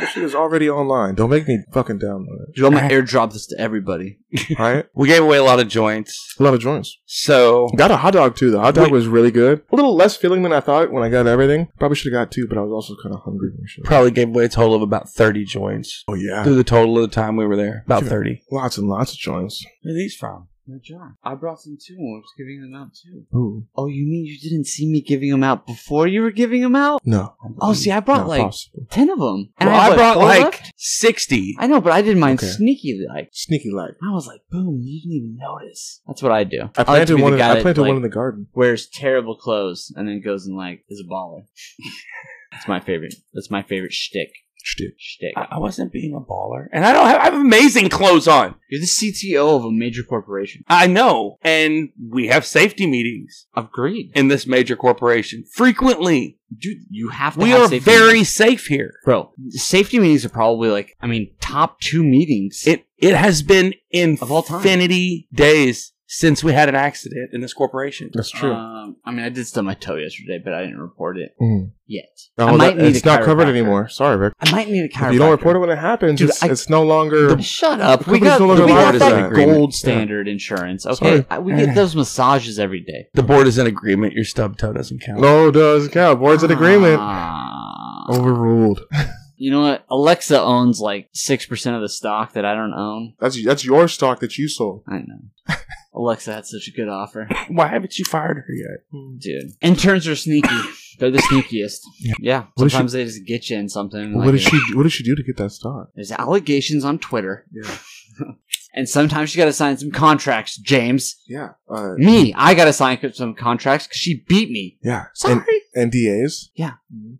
Speaker 2: This shit is already online. Don't make me fucking download
Speaker 4: Dude, I'm gonna airdrop this to everybody.
Speaker 2: it. All [laughs] right?
Speaker 1: We gave away a lot of joints.
Speaker 2: A lot of joints.
Speaker 1: So
Speaker 2: Got a hot dog too. The hot dog
Speaker 1: Wait.
Speaker 2: was really good. A little less filling than I thought when I got everything. Probably should have got two, but I was also kind of hungry. and shit.
Speaker 1: probably gave away a total of about 30 joints
Speaker 2: Oh yeah,
Speaker 1: through the total of the time we were there. About
Speaker 2: Sure.
Speaker 1: 30.
Speaker 2: lots and lots of joints.
Speaker 1: Where are these from?
Speaker 4: Good job. I brought some too and I was giving them out too.
Speaker 2: Ooh,
Speaker 4: Oh, you mean you didn't see me giving them out before you were giving them out?
Speaker 2: no,
Speaker 4: Oh, see, I brought
Speaker 2: not
Speaker 4: like
Speaker 2: possible.
Speaker 4: ten of them.
Speaker 1: well, I,
Speaker 4: have,
Speaker 1: brought
Speaker 4: four
Speaker 1: like
Speaker 4: left.
Speaker 1: 60.
Speaker 4: I know, but I did mine
Speaker 2: Okay.
Speaker 4: sneaky like.
Speaker 2: sneaky like.
Speaker 4: I was like, boom, you didn't even notice. That's what I do.
Speaker 2: I
Speaker 4: I like
Speaker 2: planted
Speaker 4: to be the
Speaker 2: one. In,
Speaker 4: guy
Speaker 2: I
Speaker 4: that,
Speaker 2: planted
Speaker 4: like,
Speaker 2: one in the garden.
Speaker 4: Wears terrible clothes and then goes and like is a baller. That's my favorite. That's my favorite shtick.
Speaker 2: Shit.
Speaker 4: Shtick.
Speaker 1: I I wasn't being a baller, and I don't have. I have amazing clothes on.
Speaker 4: You're the CTO of a major corporation.
Speaker 1: I know, and we have safety meetings
Speaker 4: Agreed,
Speaker 1: in this major corporation frequently.
Speaker 4: dude. You have to.
Speaker 1: We
Speaker 4: have
Speaker 1: are
Speaker 4: safety
Speaker 1: very
Speaker 4: meetings.
Speaker 1: safe here.
Speaker 4: bro. Safety meetings are probably like I mean top two meetings.
Speaker 1: It it has been
Speaker 4: Of all time.
Speaker 1: infinity days since we had an accident in this corporation.
Speaker 2: That's true.
Speaker 4: Um, I mean, I did stub my toe yesterday, but I didn't report it
Speaker 2: Mm.
Speaker 4: yet.
Speaker 2: Oh,
Speaker 4: I
Speaker 2: well,
Speaker 4: might
Speaker 2: that-
Speaker 4: need
Speaker 2: it's
Speaker 4: a
Speaker 2: not covered
Speaker 4: chiropractor.
Speaker 2: anymore. Sorry, Rick.
Speaker 4: I might need a chiropractor.
Speaker 2: If you don't report it when it happens,
Speaker 4: Dude,
Speaker 2: it's,
Speaker 4: I-
Speaker 2: it's no longer.
Speaker 4: Shut up.
Speaker 2: The
Speaker 4: We
Speaker 2: company's
Speaker 4: got,
Speaker 2: no longer
Speaker 4: we got
Speaker 1: liable to
Speaker 4: that
Speaker 1: that agreement.
Speaker 4: gold standard insurance. Okay,
Speaker 2: Sorry.
Speaker 4: I, we get those massages every day.
Speaker 1: The board is in agreement. Your stub toe doesn't count.
Speaker 2: no, it does count. Board's in agreement.
Speaker 4: Ah.
Speaker 2: Overruled.
Speaker 4: You know what? Alexa owns like six percent of the stock that I don't own.
Speaker 2: That's that's your stock that you sold.
Speaker 4: I know.
Speaker 2: [laughs]
Speaker 4: Alexa had such a good offer,
Speaker 1: Why haven't you fired her yet?
Speaker 4: dude. Interns are sneaky. They're the sneakiest. Yeah.
Speaker 2: What is she-
Speaker 4: Sometimes they just get you in something.
Speaker 2: What
Speaker 4: like, uh,
Speaker 2: did she? What did she do to get that stock?
Speaker 4: There's allegations on Twitter.
Speaker 2: Yeah.
Speaker 4: [laughs] and sometimes you got to sign some contracts, James.
Speaker 2: Yeah. Uh,
Speaker 4: Me, I got to sign some contracts because she beat me.
Speaker 2: yeah.
Speaker 4: Sorry.
Speaker 2: And NDAs.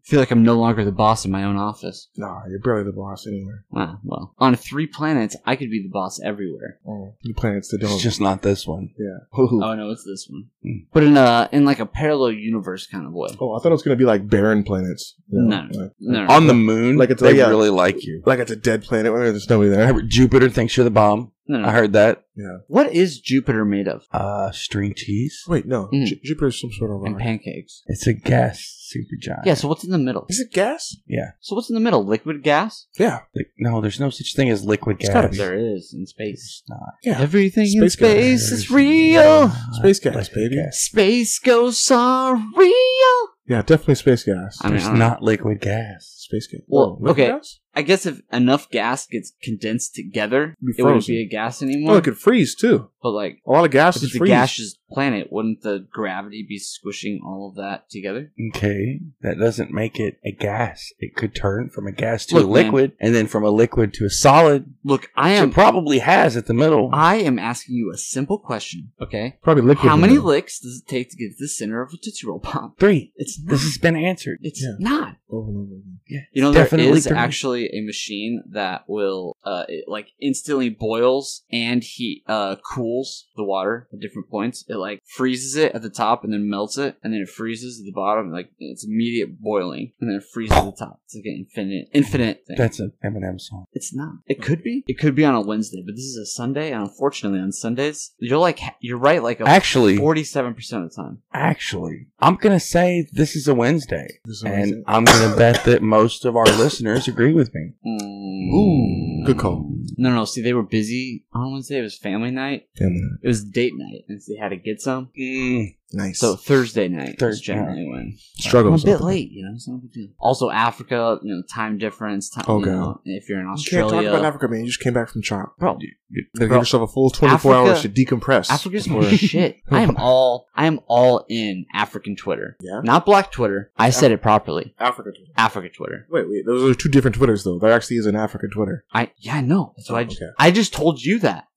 Speaker 4: feel like I'm no longer the boss in my own office.
Speaker 2: Nah, you're barely the boss anywhere.
Speaker 4: Wow, well, on three planets, I could be the boss everywhere.
Speaker 2: Mm. The planets that don't.
Speaker 1: It's just not this one. [laughs]
Speaker 2: yeah. Ooh.
Speaker 4: Oh no, it's this one.
Speaker 1: Hmm.
Speaker 4: But in a in like a parallel universe kind of way.
Speaker 2: oh, I thought it was gonna be like barren planets. you know,
Speaker 4: No.
Speaker 2: Like,
Speaker 4: No, no,
Speaker 1: On the moon,
Speaker 2: Like
Speaker 1: like
Speaker 2: it's-
Speaker 1: they
Speaker 2: yeah.
Speaker 1: really like you.
Speaker 2: like it's a dead planet where there's nobody
Speaker 1: I
Speaker 2: there.
Speaker 1: heard Jupiter thinks you're the bomb.
Speaker 4: no, no.
Speaker 1: I heard that.
Speaker 2: Yeah.
Speaker 4: What is Jupiter made of?
Speaker 1: Uh, string cheese.
Speaker 2: Wait, no.
Speaker 4: Mm.
Speaker 2: Ju- Jupiter's some sort of rock.
Speaker 4: And pancakes.
Speaker 1: It's a gas supergiant.
Speaker 4: Yeah. So what's in the middle?
Speaker 2: Is it gas?
Speaker 4: So what's in the middle? Liquid gas?
Speaker 2: Yeah.
Speaker 1: Like, no, there's no such thing as liquid
Speaker 2: It's
Speaker 1: gas.
Speaker 2: gotta be.
Speaker 4: There is in space.
Speaker 1: It's not.
Speaker 2: Yeah.
Speaker 4: Everything in
Speaker 2: Space gas.
Speaker 4: space is real.
Speaker 2: Space gas,
Speaker 1: Liquid
Speaker 2: baby.
Speaker 1: gas.
Speaker 4: Space goes are real.
Speaker 2: Yeah, definitely space gas.
Speaker 4: I mean,
Speaker 1: There's
Speaker 4: I don't know.
Speaker 1: not liquid gas.
Speaker 2: space gas.
Speaker 4: Well,
Speaker 2: liquid
Speaker 4: okay.
Speaker 2: Gas?
Speaker 4: I guess if enough gas gets condensed together,
Speaker 2: Be
Speaker 4: it wouldn't
Speaker 2: frozen.
Speaker 4: be a gas
Speaker 2: Oh,
Speaker 4: anymore.
Speaker 2: it could freeze too.
Speaker 4: but like,
Speaker 2: A lot of gas
Speaker 4: if
Speaker 2: is
Speaker 4: it's a
Speaker 2: freeze.
Speaker 4: gaseous planet, wouldn't the gravity be squishing all of that together?
Speaker 1: Okay, that doesn't make it a gas. It could turn from a gas to
Speaker 4: Look,
Speaker 1: a
Speaker 4: man.
Speaker 1: liquid, and then from a liquid to a solid.
Speaker 4: Look, I
Speaker 1: It
Speaker 4: am
Speaker 1: probably has at the middle.
Speaker 4: I am asking you a simple question. Okay,
Speaker 2: Probably liquid.
Speaker 4: how many
Speaker 2: though.
Speaker 4: licks does it take to get to the center of a tootsie roll pop?
Speaker 1: Three.
Speaker 4: It's not.
Speaker 1: This has been answered.
Speaker 4: It's
Speaker 2: Yeah.
Speaker 4: not.
Speaker 2: Over and over again.
Speaker 1: Yeah,
Speaker 4: You know, there is
Speaker 1: Definitely three.
Speaker 4: actually a machine that will, uh, it, like, instantly boils and heat, uh, cools the water at different points. It, like, freezes it at the top and then melts it, and then it freezes at the bottom. Like, it's immediate boiling, and then it freezes at the top. It's like an infinite, infinite thing.
Speaker 1: that's an Eminem song.
Speaker 4: It's not. It could be. It could be on a Wednesday, but this is a Sunday, and unfortunately, on Sundays, you're like, ha- you're right, like, a
Speaker 1: Actually,
Speaker 4: 47% of the time.
Speaker 1: actually, I'm gonna say this is a Wednesday,
Speaker 2: This is what I
Speaker 1: and
Speaker 2: said.
Speaker 1: I'm gonna bet that most of our listeners agree with me.
Speaker 4: Mm.
Speaker 2: Ooh, good call.
Speaker 4: No, no, see, they were busy on Wednesday. It was family night.
Speaker 2: Damn it.
Speaker 4: It was date night, and so they had to get some.
Speaker 1: Mm,
Speaker 2: Nice.
Speaker 4: So Thursday night is
Speaker 1: Thursday
Speaker 4: generally when I'm a
Speaker 2: struggles.
Speaker 4: bit late, you know. It's not a big deal. Also, Africa, you know, time difference. Time,
Speaker 2: Oh,
Speaker 4: you
Speaker 2: God.
Speaker 4: know, if you're in
Speaker 2: You can't talk about
Speaker 4: Australia,
Speaker 2: Africa, man. You just came back from chop.
Speaker 4: bro,
Speaker 2: Gotta
Speaker 4: Bro,
Speaker 2: give yourself a full 24
Speaker 4: Africa-
Speaker 2: hours to decompress. [laughs]
Speaker 4: Africa's more shit. I am all, I am all in African Twitter,
Speaker 2: Yeah.
Speaker 4: not Black Twitter. I said it properly,
Speaker 2: Africa.
Speaker 4: Africa Twitter.
Speaker 2: Wait, wait. Those are two different Twitters, though. There actually is an African Twitter.
Speaker 4: I yeah, I know. That's why I
Speaker 2: Oh,
Speaker 4: just,
Speaker 2: okay.
Speaker 4: I just told you that.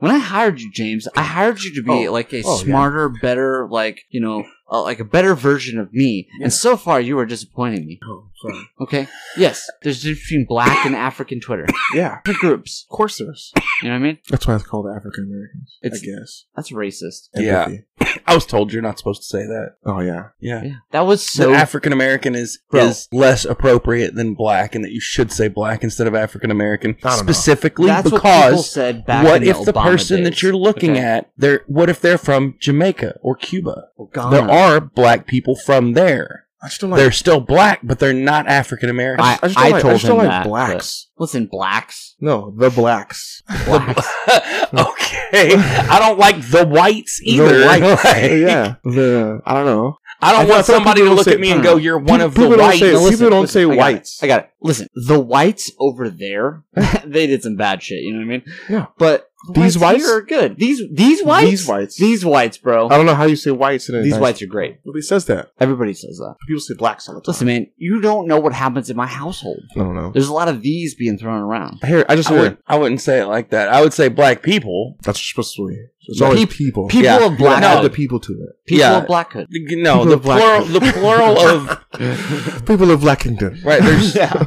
Speaker 4: When I hired you, James, I hired you to be
Speaker 2: Oh.
Speaker 4: like a
Speaker 2: Oh, yeah.
Speaker 4: smarter, better, like you know, uh, like a better version of me.
Speaker 2: Yeah.
Speaker 4: And so far, you are disappointing me.
Speaker 2: Oh, sorry.
Speaker 4: Okay. Yes, there's a difference between black and African Twitter.
Speaker 2: yeah.
Speaker 4: Different groups.
Speaker 2: Of course there is.
Speaker 4: You know what I mean?
Speaker 2: That's why it's called African Americans. I
Speaker 4: It's-
Speaker 2: guess.
Speaker 4: That's racist.
Speaker 1: Yeah.
Speaker 2: Empathy.
Speaker 1: I was told you're not supposed to say that.
Speaker 2: Oh, yeah.
Speaker 1: Yeah.
Speaker 4: Yeah. That was so.
Speaker 1: that African American is
Speaker 4: Bro.
Speaker 1: is less appropriate than black, and that you should say black instead of African American
Speaker 2: I don't know.
Speaker 1: specifically
Speaker 4: that's what people
Speaker 1: because
Speaker 4: said
Speaker 1: what,
Speaker 4: back. in
Speaker 1: if the
Speaker 4: Obama
Speaker 1: person
Speaker 4: days,
Speaker 1: that you're looking
Speaker 4: okay?
Speaker 1: at they're what if they're from Jamaica or Cuba?
Speaker 4: Or Ghana.
Speaker 1: There are black people from there.
Speaker 2: I just don't like.
Speaker 1: They're still black, but they're not African American.
Speaker 4: I-
Speaker 2: I just don't like, I
Speaker 4: told
Speaker 2: just don't
Speaker 4: him
Speaker 2: like
Speaker 4: that, but-
Speaker 2: blacks.
Speaker 4: Listen, blacks.
Speaker 2: No, the blacks.
Speaker 4: Blacks.
Speaker 1: [laughs] okay,
Speaker 2: [laughs]
Speaker 1: I don't like the whites either.
Speaker 2: The
Speaker 4: [laughs]
Speaker 2: whites.
Speaker 1: Like,
Speaker 2: [laughs] yeah. The I don't know.
Speaker 1: I
Speaker 2: I
Speaker 1: don't
Speaker 2: thought
Speaker 1: want
Speaker 2: some
Speaker 1: somebody to
Speaker 2: people
Speaker 1: look
Speaker 2: say-
Speaker 1: at me and
Speaker 4: no,
Speaker 1: go,
Speaker 4: no.
Speaker 1: "You're one of the
Speaker 2: People don't
Speaker 1: whites."
Speaker 2: say-
Speaker 4: No,
Speaker 2: people don't say
Speaker 4: I got it.
Speaker 2: whites.
Speaker 4: I got it. Listen, the whites
Speaker 2: [laughs]
Speaker 4: over there, [laughs] they did some bad shit. You know what I mean?
Speaker 2: Yeah.
Speaker 4: But the
Speaker 2: These whites?
Speaker 4: here are good. These these whites.
Speaker 2: These whites.
Speaker 4: These whites, bro.
Speaker 2: I don't know how you say whites in a
Speaker 4: These
Speaker 2: nice-
Speaker 4: whites are great.
Speaker 2: Nobody says that.
Speaker 4: Everybody says that.
Speaker 2: People say blacks all the time.
Speaker 4: Listen, man, you don't know what happens in my household.
Speaker 2: I don't know.
Speaker 4: There's a lot of these being thrown around.
Speaker 2: Here, I just
Speaker 1: I
Speaker 2: heard.
Speaker 1: wouldn't, I wouldn't say it like that. I would say black people.
Speaker 2: That's what you're supposed to be. It's
Speaker 4: Yeah.
Speaker 2: always
Speaker 4: Peop-
Speaker 2: people.
Speaker 4: People
Speaker 1: Yeah.
Speaker 4: of
Speaker 2: You gotta add the
Speaker 4: blackhood.
Speaker 2: people to it.
Speaker 4: People
Speaker 1: Yeah.
Speaker 4: of blackhood.
Speaker 1: No,
Speaker 2: People
Speaker 1: the
Speaker 2: of black
Speaker 1: plural,
Speaker 2: [laughs] people.
Speaker 1: the plural of
Speaker 2: people of Blackington.
Speaker 1: right.
Speaker 2: [laughs]
Speaker 1: There's
Speaker 4: Yeah.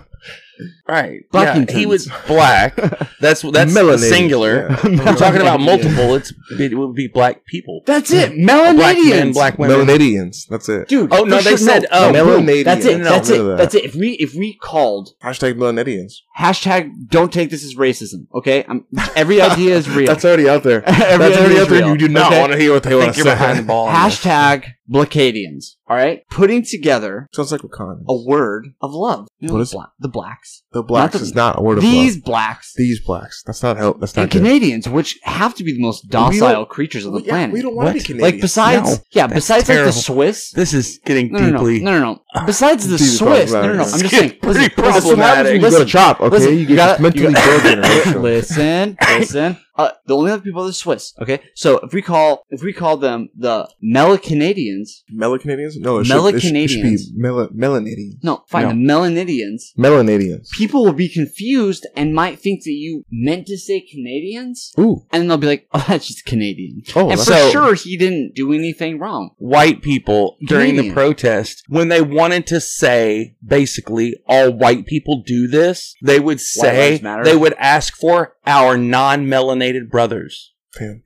Speaker 1: right. Yeah,
Speaker 4: Blackingtons.
Speaker 1: he was black. That's that's the
Speaker 2: Melanated.
Speaker 1: singular.
Speaker 2: Yeah.
Speaker 1: We're talking about multiple. It's it would be black people,
Speaker 4: That's it.
Speaker 1: black men,
Speaker 4: Melanadians.
Speaker 1: black women.
Speaker 2: Melanadians. That's it.
Speaker 4: Dude.
Speaker 1: Oh, no,
Speaker 4: for
Speaker 1: they said,
Speaker 4: no,
Speaker 1: uh,
Speaker 4: no,
Speaker 2: Melanadians.
Speaker 4: no, That's it.
Speaker 1: No,
Speaker 4: That's
Speaker 2: rid of
Speaker 4: it.
Speaker 2: that.
Speaker 4: That's it. If we if we called
Speaker 2: Hashtag Melanadians.
Speaker 4: hashtag don't take this as racism. Okay, I'm,
Speaker 2: [laughs]
Speaker 4: every idea is real.
Speaker 2: That's already out [laughs] there.
Speaker 4: Every
Speaker 2: That's
Speaker 4: idea
Speaker 2: already
Speaker 4: is
Speaker 2: out there.
Speaker 4: real.
Speaker 2: You do not
Speaker 4: Okay?
Speaker 2: want to hear what they
Speaker 1: I
Speaker 2: want
Speaker 1: think
Speaker 2: to
Speaker 1: you're behind the
Speaker 2: say.
Speaker 1: ball. on this.
Speaker 4: hashtag Blackadians. All right, putting together
Speaker 2: [laughs] Sounds like Wakanda.
Speaker 4: a word of love. You know,
Speaker 2: What is-
Speaker 4: the, bla- the blacks?
Speaker 2: The blacks
Speaker 4: Oh, not the-
Speaker 2: is not a word of
Speaker 4: These
Speaker 2: love.
Speaker 4: blacks
Speaker 2: These blacks. That's not help. That's not
Speaker 4: and
Speaker 2: good.
Speaker 4: Canadians, which have to be the most
Speaker 2: don't-
Speaker 4: docile creatures on the
Speaker 2: We- yeah,
Speaker 4: planet.
Speaker 2: we don't want to be
Speaker 1: What?
Speaker 2: Canadian.
Speaker 4: like besides,
Speaker 1: No,
Speaker 4: yeah,
Speaker 1: that's
Speaker 4: besides like the
Speaker 1: terrible.
Speaker 4: Swiss.
Speaker 1: This is getting
Speaker 4: No, no, no,
Speaker 1: deeply.
Speaker 4: no, no,
Speaker 2: Ah,
Speaker 4: no. Besides the Swiss, no, no, no. I'm
Speaker 2: [laughs]
Speaker 4: just saying.
Speaker 1: Pretty
Speaker 4: listen,
Speaker 2: That's what happens when
Speaker 1: problematic.
Speaker 2: you go
Speaker 4: Listen,
Speaker 2: to chop. Okay,
Speaker 4: listen,
Speaker 2: you get
Speaker 4: [laughs] you gotta-
Speaker 2: mentally
Speaker 4: you
Speaker 2: [laughs] broken.
Speaker 4: listen, listen. Uh, the only other people are the Swiss. Okay, so if we call if we call them the Melicanadians,
Speaker 2: Melicanadians? No, it should, it should, it should be
Speaker 4: Melicanadians.
Speaker 2: Mel- Melanadians.
Speaker 4: no, fine,
Speaker 1: No.
Speaker 4: the Melanadians,
Speaker 2: Melanadians.
Speaker 4: people will be confused and might think that you meant to say Canadians,
Speaker 2: Ooh.
Speaker 4: and then they'll be like, [laughs] "Oh, that's just Canadian."
Speaker 2: Oh,
Speaker 4: and
Speaker 2: that's
Speaker 4: for
Speaker 1: so-
Speaker 4: sure, he didn't do anything wrong.
Speaker 1: white people during the
Speaker 4: Canadian.
Speaker 1: protest when they wanted to say basically all white people do this they would say
Speaker 4: lives matter.
Speaker 1: they would ask for our non-melanated brothers
Speaker 2: Damn.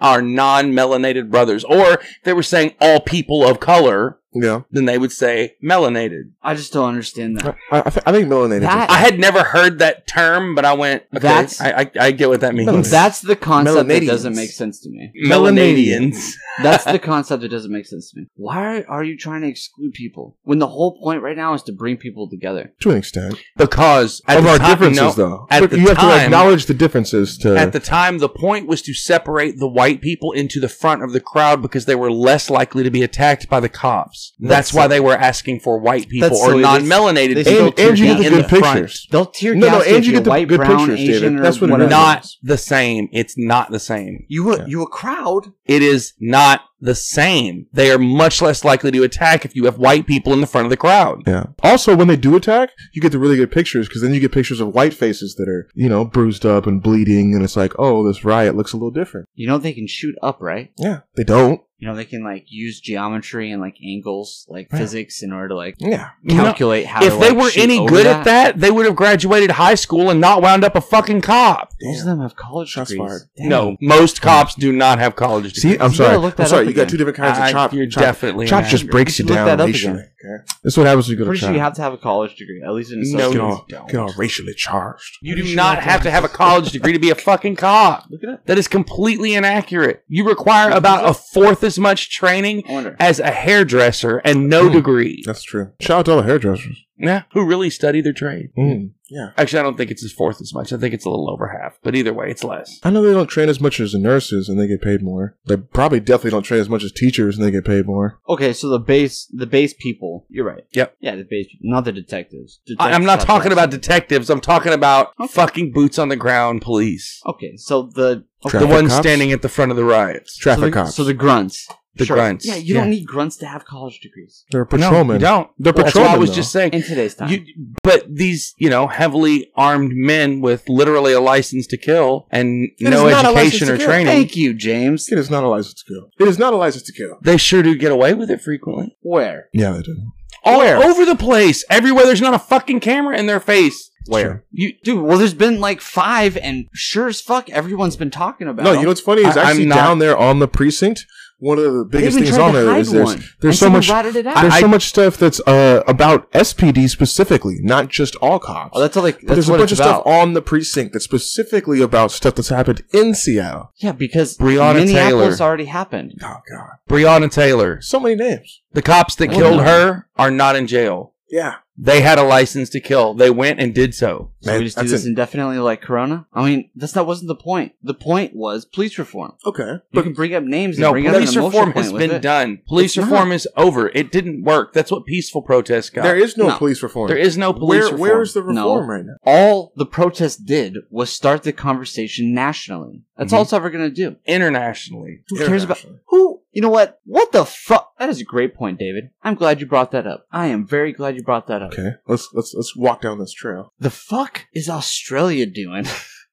Speaker 1: our non-melanated brothers or if they were saying all people of color
Speaker 2: yeah.
Speaker 1: then they would say melanated
Speaker 4: I just don't understand that.
Speaker 2: I, I, th- I think melanated.
Speaker 4: That-
Speaker 1: i had never heard that term but i went okay,
Speaker 4: That's-
Speaker 1: I, I, I get what that means
Speaker 2: Melanated.
Speaker 4: That's the concept that doesn't
Speaker 2: Melanadians.
Speaker 4: make sense
Speaker 2: [laughs]
Speaker 4: to me.
Speaker 1: melanadians
Speaker 4: [laughs] That's the concept that doesn't make sense to me. Why are you trying to exclude people when the whole point right now is to bring people together?
Speaker 2: to an extent.
Speaker 1: because at
Speaker 2: of
Speaker 1: the
Speaker 2: our
Speaker 1: time- no,
Speaker 2: differences, though.
Speaker 1: at
Speaker 2: But
Speaker 1: the
Speaker 2: you have
Speaker 1: time-
Speaker 2: to acknowledge the differences to.
Speaker 1: At the time, the point was to separate the white people into the front of the crowd because they were less likely to be attacked by the cops. That's
Speaker 2: That's
Speaker 1: why they were asking for white people
Speaker 4: That's
Speaker 1: or
Speaker 4: silly. They-
Speaker 1: non-melanated people
Speaker 4: they still
Speaker 2: and,
Speaker 1: to
Speaker 2: and you
Speaker 1: be
Speaker 4: tear
Speaker 2: get the
Speaker 1: in the
Speaker 2: good
Speaker 1: front.
Speaker 2: pictures.
Speaker 4: They'll tear
Speaker 2: No,
Speaker 4: gas
Speaker 2: no,
Speaker 4: if
Speaker 2: and you
Speaker 4: you're
Speaker 2: get the
Speaker 4: white,
Speaker 2: good
Speaker 4: brown,
Speaker 2: pictures,
Speaker 4: Asian,
Speaker 2: David.
Speaker 4: or
Speaker 2: That's what it
Speaker 4: whatever.
Speaker 2: matters.
Speaker 1: Not the same. It's not the same.
Speaker 4: you. A,
Speaker 2: Yeah.
Speaker 4: You a crowd?
Speaker 1: It is not the same. They are much less likely to attack if you have white people in the front of the crowd.
Speaker 2: Yeah. Also, when they do attack, you get the really good pictures because then you get pictures of white faces that are, you know, bruised up and bleeding, and it's like, oh, this riot looks a little different.
Speaker 4: You know they can shoot up, right?
Speaker 2: Yeah. They don't.
Speaker 4: You know they can like use geometry and like angles, like
Speaker 2: Yeah.
Speaker 4: physics, in order to like
Speaker 2: Yeah.
Speaker 1: No.
Speaker 4: calculate how.
Speaker 1: if
Speaker 4: to,
Speaker 1: they
Speaker 4: like,
Speaker 1: were
Speaker 4: shoot
Speaker 1: any
Speaker 4: over
Speaker 1: good
Speaker 4: that.
Speaker 1: at that, they would have graduated high school and not wound up a fucking cop.
Speaker 4: most of them have college
Speaker 2: Shots
Speaker 4: degrees.
Speaker 2: fired.
Speaker 4: Damn.
Speaker 1: No, most cops do not have college degrees.
Speaker 2: See, I'm
Speaker 4: You
Speaker 2: sorry.
Speaker 4: gotta look
Speaker 2: I'm
Speaker 4: that
Speaker 2: sorry.
Speaker 4: up
Speaker 2: You got
Speaker 4: again.
Speaker 2: two different kinds
Speaker 1: I-
Speaker 2: of chop.
Speaker 1: you're
Speaker 2: chop
Speaker 1: definitely
Speaker 2: chop
Speaker 1: an
Speaker 2: just
Speaker 1: actor.
Speaker 2: breaks you
Speaker 4: You should look
Speaker 2: down
Speaker 4: that up
Speaker 2: racially.
Speaker 4: again.
Speaker 2: okay? That's what happens when you go to
Speaker 4: pretty sure you
Speaker 2: chop.
Speaker 4: have to have a college degree, at least
Speaker 1: No,
Speaker 4: in associate's.
Speaker 2: Get
Speaker 1: you
Speaker 2: all,
Speaker 1: don't.
Speaker 2: get all racially charged.
Speaker 1: You do not have to have a college degree to be a fucking cop.
Speaker 4: Look
Speaker 2: [laughs]
Speaker 4: it up.
Speaker 1: That is completely inaccurate. You require about a fourth as much training
Speaker 4: I wonder.
Speaker 1: as a hairdresser and no
Speaker 2: Hmm.
Speaker 1: degree.
Speaker 2: [laughs] That's true. Shout out to all the hairdressers.
Speaker 1: Yeah, who really study their trade?
Speaker 2: Mm. Yeah.
Speaker 1: Actually, I don't think it's a fourth as much. I think it's a little over half. But either way, it's less.
Speaker 2: I know they don't train as much as the nurses and they get paid more. They probably definitely don't train as much as teachers and they get paid more.
Speaker 4: Okay, so the base, the base people. You're right.
Speaker 1: Yep.
Speaker 4: Yeah, the base people, not the detectives.
Speaker 1: I, am not
Speaker 4: Detectives have
Speaker 1: talking
Speaker 4: that.
Speaker 1: about detectives. I'm talking about
Speaker 4: Okay.
Speaker 1: fucking boots on the ground police.
Speaker 4: Okay, so the okay.
Speaker 1: The
Speaker 2: Traffic
Speaker 1: ones
Speaker 2: cops?
Speaker 1: standing at the front of the riots.
Speaker 4: so
Speaker 2: Traffic
Speaker 4: the,
Speaker 2: cops.
Speaker 4: So the grunts.
Speaker 1: The grunts.
Speaker 4: Yeah, you don't need grunts to have college degrees
Speaker 2: They're
Speaker 1: No,
Speaker 2: patrolmen.
Speaker 1: you don't.
Speaker 2: They're
Speaker 1: That's what I
Speaker 2: patrolmen,
Speaker 1: was
Speaker 2: though.
Speaker 1: just saying.
Speaker 4: in today's time.
Speaker 1: You, but these, you know, heavily armed men with literally a license to kill and
Speaker 2: It
Speaker 1: no
Speaker 2: is not a
Speaker 1: education
Speaker 2: license to
Speaker 1: or
Speaker 2: kill.
Speaker 1: training,
Speaker 4: Thank
Speaker 2: [laughs]
Speaker 4: you, James.
Speaker 2: It is not a license to kill. It is not a license to kill.
Speaker 1: they sure do get away with it frequently.
Speaker 4: Where?
Speaker 2: Yeah, they do.
Speaker 1: All
Speaker 4: Where?
Speaker 1: over the place, everywhere. There's not a fucking camera in their face.
Speaker 2: Where?
Speaker 1: You,
Speaker 4: Dude, well, there's been like five, and sure as fuck, everyone's been talking about.
Speaker 2: No, you know what's funny is
Speaker 1: I- I'm
Speaker 2: actually
Speaker 1: not-
Speaker 2: down there on the precinct. One of the
Speaker 4: They
Speaker 2: biggest
Speaker 4: even
Speaker 2: things
Speaker 4: tried
Speaker 2: on
Speaker 4: to
Speaker 2: there
Speaker 4: hide
Speaker 2: is there's
Speaker 4: one, and
Speaker 2: there's so
Speaker 4: someone
Speaker 2: much
Speaker 4: ratted it out.
Speaker 2: there's
Speaker 1: I-
Speaker 2: so much stuff that's uh, about SPD specifically, not just all cops.
Speaker 4: oh, that's all. Like,
Speaker 2: But
Speaker 4: that's
Speaker 2: there's a
Speaker 4: what
Speaker 2: bunch
Speaker 4: it's
Speaker 2: of
Speaker 4: about.
Speaker 2: stuff on the precinct that's specifically about stuff that's happened in Seattle.
Speaker 4: yeah, because
Speaker 1: Breonna
Speaker 4: Minneapolis
Speaker 1: Taylor.
Speaker 4: already happened.
Speaker 2: Oh God,
Speaker 1: Breonna Taylor.
Speaker 2: so many names.
Speaker 1: The cops that
Speaker 4: Oh,
Speaker 1: killed
Speaker 4: no.
Speaker 1: her are not in jail.
Speaker 2: Yeah,
Speaker 1: They had a license to kill. They went and did so.
Speaker 4: So
Speaker 2: Man,
Speaker 4: we just do
Speaker 2: that's
Speaker 4: this
Speaker 2: an-
Speaker 4: indefinitely, like Corona. I mean, that's not wasn't the point. The point was police reform.
Speaker 2: okay.
Speaker 4: You can bring up names. And
Speaker 1: No,
Speaker 4: bring up an
Speaker 1: police
Speaker 4: emotional
Speaker 1: reform
Speaker 4: point
Speaker 1: has
Speaker 4: with
Speaker 1: been
Speaker 4: it.
Speaker 1: done. Police
Speaker 4: It's
Speaker 1: reform
Speaker 4: not.
Speaker 1: is over. It didn't work. That's what peaceful protests got.
Speaker 2: There is no,
Speaker 4: No.
Speaker 2: police reform.
Speaker 1: There is no
Speaker 2: Where,
Speaker 1: police reform.
Speaker 2: Where is the
Speaker 4: No.
Speaker 2: reform right now?
Speaker 4: All the protest did was start the conversation nationally. That's
Speaker 2: Mm-hmm.
Speaker 4: all it's ever going to do.
Speaker 1: internationally?
Speaker 4: Who cares about
Speaker 2: Internationally.
Speaker 4: who? You know what? What the fuck? That is a great point, David. I'm glad you brought that up. I am very glad you brought that up.
Speaker 2: Okay, let's let's let's walk down this trail.
Speaker 4: The fuck is Australia doing?